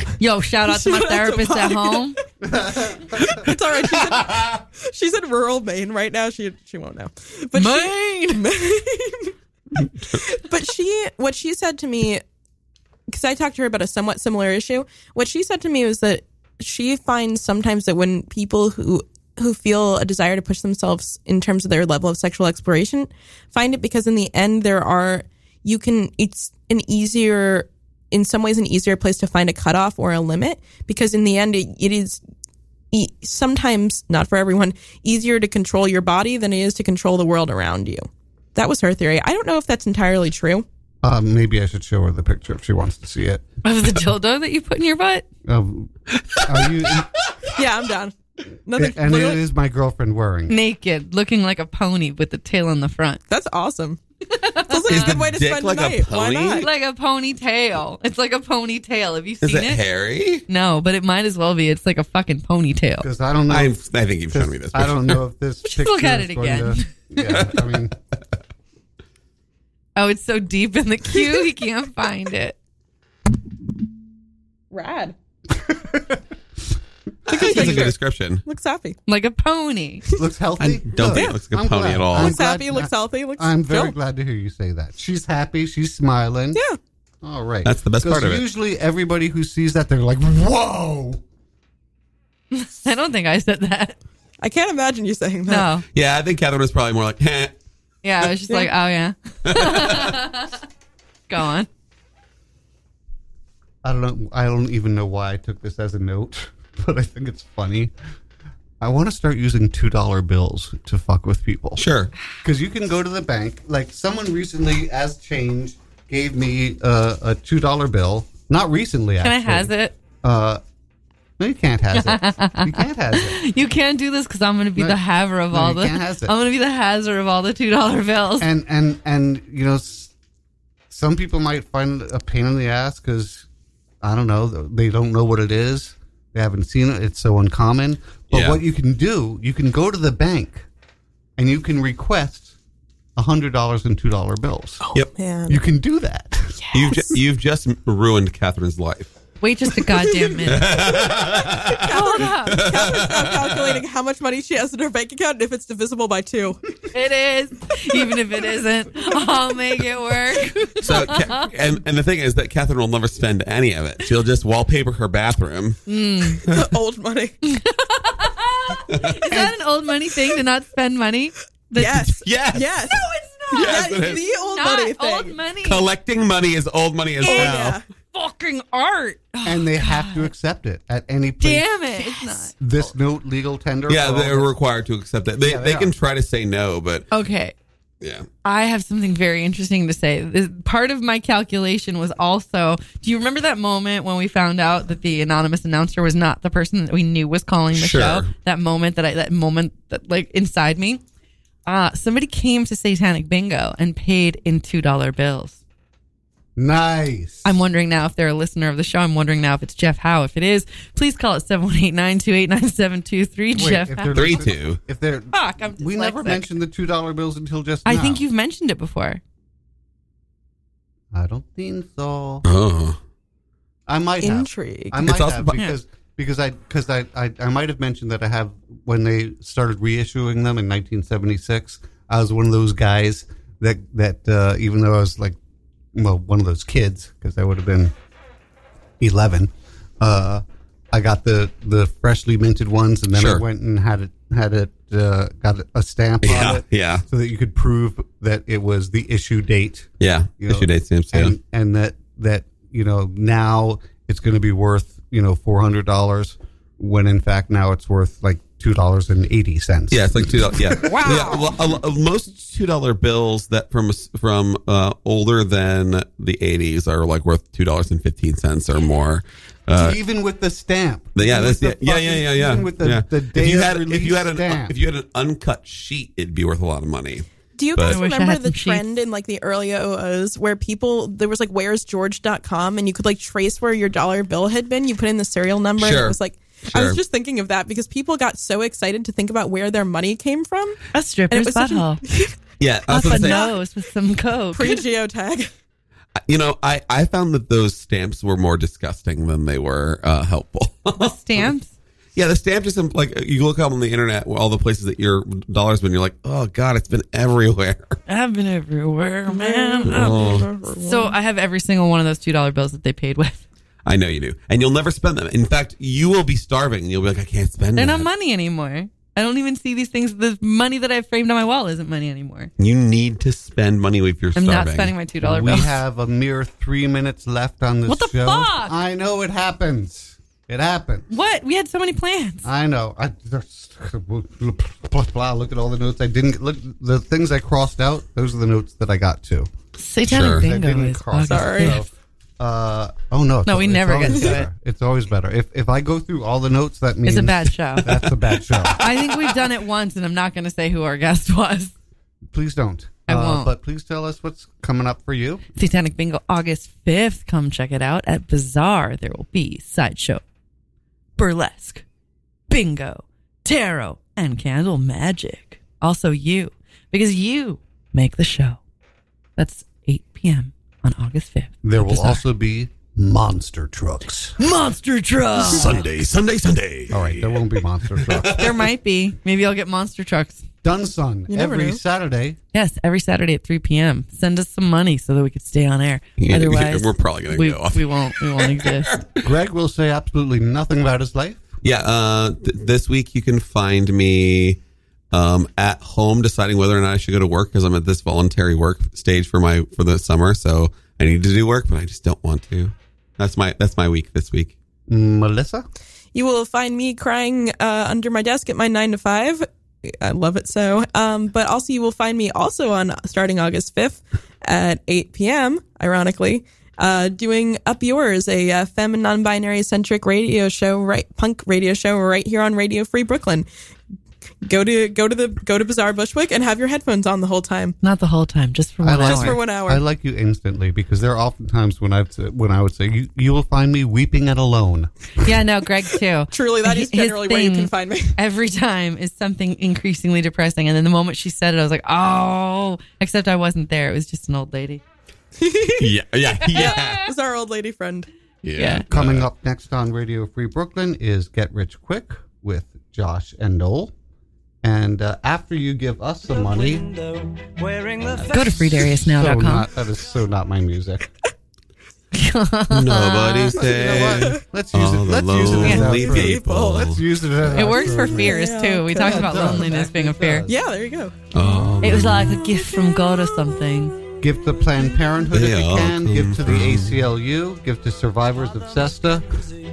I: Yo, shout out to my therapist at home.
E: it's all right. She's in, she's in rural Maine right now. She she won't know. But Maine, Maine. but she, what she said to me, because I talked to her about a somewhat similar issue. What she said to me was that she finds sometimes that when people who who feel a desire to push themselves in terms of their level of sexual exploration find it because in the end there are you can it's an easier in some ways an easier place to find a cutoff or a limit because in the end it, it is e- sometimes not for everyone easier to control your body than it is to control the world around you that was her theory i don't know if that's entirely true
B: Uh, maybe I should show her the picture if she wants to see it.
I: Of the dildo that you put in your butt?
B: Um, are you?
E: yeah i'm done nothing
B: and it
E: literally-
B: is my girlfriend wearing.
E: Mm.
B: it.
I: Naked, looking like a pony with the tail on the front.
E: that's awesome that's like a good way to
F: dick
E: spend
F: like
E: the
F: a
E: night why
F: pony?
E: not
I: Like a ponytail. It's like a ponytail. Have you seen
F: Is it hairy?
I: No, but it might as well be. It's like a fucking ponytail.
B: Because I don't know.
F: I
B: if-
F: I think you've shown me this.
B: I don't
F: picture.
B: know if this.
I: Just look
B: picture
I: at
B: is
I: it
B: going
I: again.
B: to- yeah, I mean,
I: Oh, it's so deep in the queue, he can't find it.
E: rad
F: I think that's a good description.
E: looks happy
I: Like a pony.
B: looks healthy.
F: don't think it looks like a pony at all.
E: Looks happy, looks
B: I-
E: healthy, looks
B: I'm very
E: chill.
B: glad to hear you say that. She's happy. She's smiling.
E: yeah
B: All right.
F: That's the best
B: Because
F: part of it.
B: Usually, everybody who sees that, they're like, "Whoa!"
I: I don't think I said that.
E: i can't imagine you saying that
I: No.
F: Yeah, I think Catherine was probably more like, eh.
I: Oh, Yeah, I was just like, oh, yeah. Go on.
B: I don't know. I don't even know why I took this as a note, but I think it's funny. I want to start using two dollar bills to fuck with people.
F: sure.
B: because you can go to the bank. Like someone recently, as change, gave me uh, a two dollar bill. Not recently,
I: Can
B: actually.
I: I has it?
B: Uh, no, you can't has it. you can't has it.
I: You can't do this because I'm going to be
B: No,
I: the haver of
B: no,
I: all
B: you
I: the.
B: can't has it.
I: I'm going to be the hazard of all the two dollar bills.
B: And and and you know, s- some people might find it a pain in the ass because I don't know. They don't know what it is. They haven't seen it. It's so uncommon. But
F: Yeah.
B: what you can do, you can go to the bank, and you can request a hundred dollars in two dollar bills.
F: Yep.
E: man
B: You can do that.
F: You've, ju- you've just ruined Catherine's life.
I: Wait just a goddamn minute. Hold up.
E: Catherine's now calculating how much money she has in her bank account and if it's divisible by two.
I: It is. Even if it isn't, I'll make it work.
F: So, Ca- and, and the thing is that Catherine will never spend any of it. She'll just wallpaper her bathroom.
E: The old money.
I: Is that an old money thing to not spend money? The-
E: Yes.
F: Yes.
E: Yes. No, it's
F: not. Yes,
E: That
F: it
E: is
F: is.
E: the old
I: Not
E: money thing.
I: old money.
F: Collecting money is old money as well.
E: yeah.
I: fucking art. Oh,
B: and they have to accept it at any place.
I: damn it. It's not.
B: This note legal tender.
F: Yeah,
B: for all
F: they're
B: this-
F: required to accept that. They,
B: Yeah,
F: they,
B: they
F: can
B: are.
F: try to say no, but
I: Okay.
F: yeah.
I: I have something very interesting to say. This, part of my calculation was also do you remember that moment when we found out that the anonymous announcer was not the person that we knew was calling the
F: Sure.
I: show? That moment that I, that moment that like inside me, uh, somebody came to Satanic Bingo and paid in $2 bills.
B: nice.
I: I'm wondering now if they're a listener of the show. I'm wondering now if it's Jeff Howe. If it is, please call it 718 928 9723.
B: Wait,
I: Jeff
B: if
I: Howe.
B: they're
F: Three,
B: listed-
F: two.
B: If they're
I: Fuck, I'm
B: we never
I: dyslexic.
B: mentioned the two dollar bills until just.
I: I
B: now.
I: think you've mentioned it before.
B: I don't think so.
F: Oh.
B: I might have.
E: Intrigue.
B: I might
F: It's also
B: have
F: bu-
B: because because I because I, I I might have mentioned that I have when they started reissuing them in 1976. I was one of those guys that that uh, even though I was like well one of those kids because I would have been 11. Uh, I got the the freshly minted ones, and then I
F: Sure.
B: went and had it had it uh, got a stamp
F: Yeah,
B: on it,
F: yeah.
B: so that you could prove that it was the issue date.
F: Yeah,
B: you know,
F: issue date stamps, yeah.
B: and, and that that you know now it's going to be worth you know four hundred dollars when in fact now it's worth like two dollars and eighty cents.
F: Yeah, it's like two dollars. Yeah, Yeah, well, a lo- uh, most two dollar bills that from s- from uh, older than the eighties are like worth two dollars and fifteen cents or more. Uh,
B: even with the stamp.
F: the- yeah,
B: Even
F: that's,
B: with
F: yeah,
B: the
F: yeah,
B: fucking-
F: yeah, yeah, yeah.
B: even with the-
F: yeah.
B: the
F: if
B: day
F: you
B: of
F: had if you had an uh,
B: release
F: if you had an uncut sheet, it'd be worth a lot of money.
E: Do you
F: But-
E: guys remember the trend in like the early OOs where people there was like where's george.com and you could like trace where your dollar bill had been? You put in the serial number and
F: Sure.
E: it was like I
F: Sure.
E: was just thinking of that because people got so excited to think about where their money came from.
P: A stripper's butthole.
F: Yeah, I was
P: Up
F: gonna
P: a
F: say-
P: nose with some coke.
E: Pre geotag.
F: You know, I I found that those stamps were more disgusting than they were uh, helpful.
I: Stamps.
F: Yeah, the stamp just like you look up on the internet, all the places that your dollars been. You're like, oh god, it's been everywhere.
P: I've been everywhere,
I: man. Uh,
F: Oh.
I: So I have every single one of those two dollar bills that they paid with.
F: I know you do, and you'll never spend them. In fact, you will be starving. You'll be like, I can't spend.
I: They're
F: that.
I: not money anymore. I don't even see these things. The money that I've framed on my wall isn't money anymore.
F: You need to spend money if you're
I: I'm
F: starving.
I: not spending my two dollar
B: We
I: bills.
B: have a mere three minutes left on this
I: What the
B: show.
I: fuck?
B: I know it happens. It happens.
I: What? We had so many plans.
B: I know. I blah, blah, look at all the notes I didn't look. The things I crossed out. Those are the notes that I got to.
P: Satanic Sure. bingo
B: I didn't
P: is
B: cross
P: August
B: out, so, uh, oh no! it's-
I: No, we
B: it's
I: never get
B: always
I: to
B: better. It's always better if if I go through all the notes. That means
I: a bad show.
B: That's a bad show.
I: I think we've done it once, and I'm not going to say who our guest was.
B: Please don't. Uh,
I: I won't.
B: But please tell us what's coming up for you.
I: Satanic Bingo, August 5th. Come check it out at Bazaar. There will be sideshow, burlesque, bingo, tarot, and candle magic. Also, you, because you make the show. That's 8 p.m. on August 5th.
B: There will
I: Bizarre.
B: also be monster trucks.
I: Monster Truck!
F: Oh. Sunday, Sunday, Sunday.
B: All right, there won't be monster trucks.
I: there might be. Maybe I'll get monster trucks.
B: Dunsun
I: You never
B: every
I: know.
B: Saturday.
I: Yes, every Saturday at 3 p.m. Send us some money so that we could stay on air.
B: Yeah,
I: Otherwise,
F: we're probably gonna
I: we,
F: go off.
I: We won't. We won't exist.
B: Greg will say absolutely nothing about his life.
F: Yeah, uh, th- this week you can find me um, at home deciding whether or not I should go to work because I'm at this voluntary work stage for my for the summer. So I need to do work, but I just don't want to. That's my that's my week this week.
B: Melissa,
E: You will find me crying uh, under my desk at my nine to five. I love it so. Um, but also, you will find me also on starting August 5th at 8 p.m., ironically, uh, doing Up Yours, a uh, femme and non binary centric radio show, right? Punk radio show right here on Radio Free Brooklyn. Go to go to the go to Bazaar Bushwick and have your headphones on the whole time.
I: Not the whole time, just for
E: one Just for one hour.
B: I like you instantly because there are often times when I've when I would say you you will find me weeping and alone.
I: Yeah, no, Greg too.
E: Truly, that is
I: His
E: generally where you
I: thing
E: can find me.
I: Every time is something increasingly depressing, and then the moment she said it, I was like, "Oh!" Except I wasn't there; it was just an old lady.
F: yeah, yeah,
E: yeah. It's our old lady friend.
B: Coming up next on Radio Free Brooklyn is Get Rich Quick with Josh and Noel. And uh, after you give us some money,
I: Go to
B: so
I: freedariusnow.com.
B: not- that is so not my music.
F: Nobody
B: You know
F: say.
B: what? Let's use it.
F: all the
B: Let's use it. As an
F: lonely
B: outro.
F: people.
B: Let's use it. As an
I: It works for
B: outro.
I: fears too. We talked
B: Yeah, it
I: about
B: does.
I: loneliness being a fear.
E: Yeah, there you go.
F: Oh,
I: It was like a gift from God or something.
B: Give to Planned Parenthood
F: They
B: if you
F: all
B: can.
F: come
B: Give to the
F: from-
B: ACLU. Give to survivors of SESTA.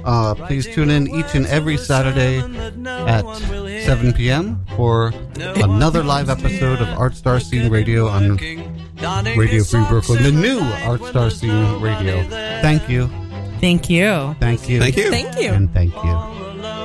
B: Uh, please tune in each and every Saturday at 7 p.m. for another live episode of Art Star Scene Radio on Radio Free Brooklyn, the new Art Star Scene Radio. Thank you.
I: Thank you.
B: Thank you.
E: Thank you.
B: And thank you.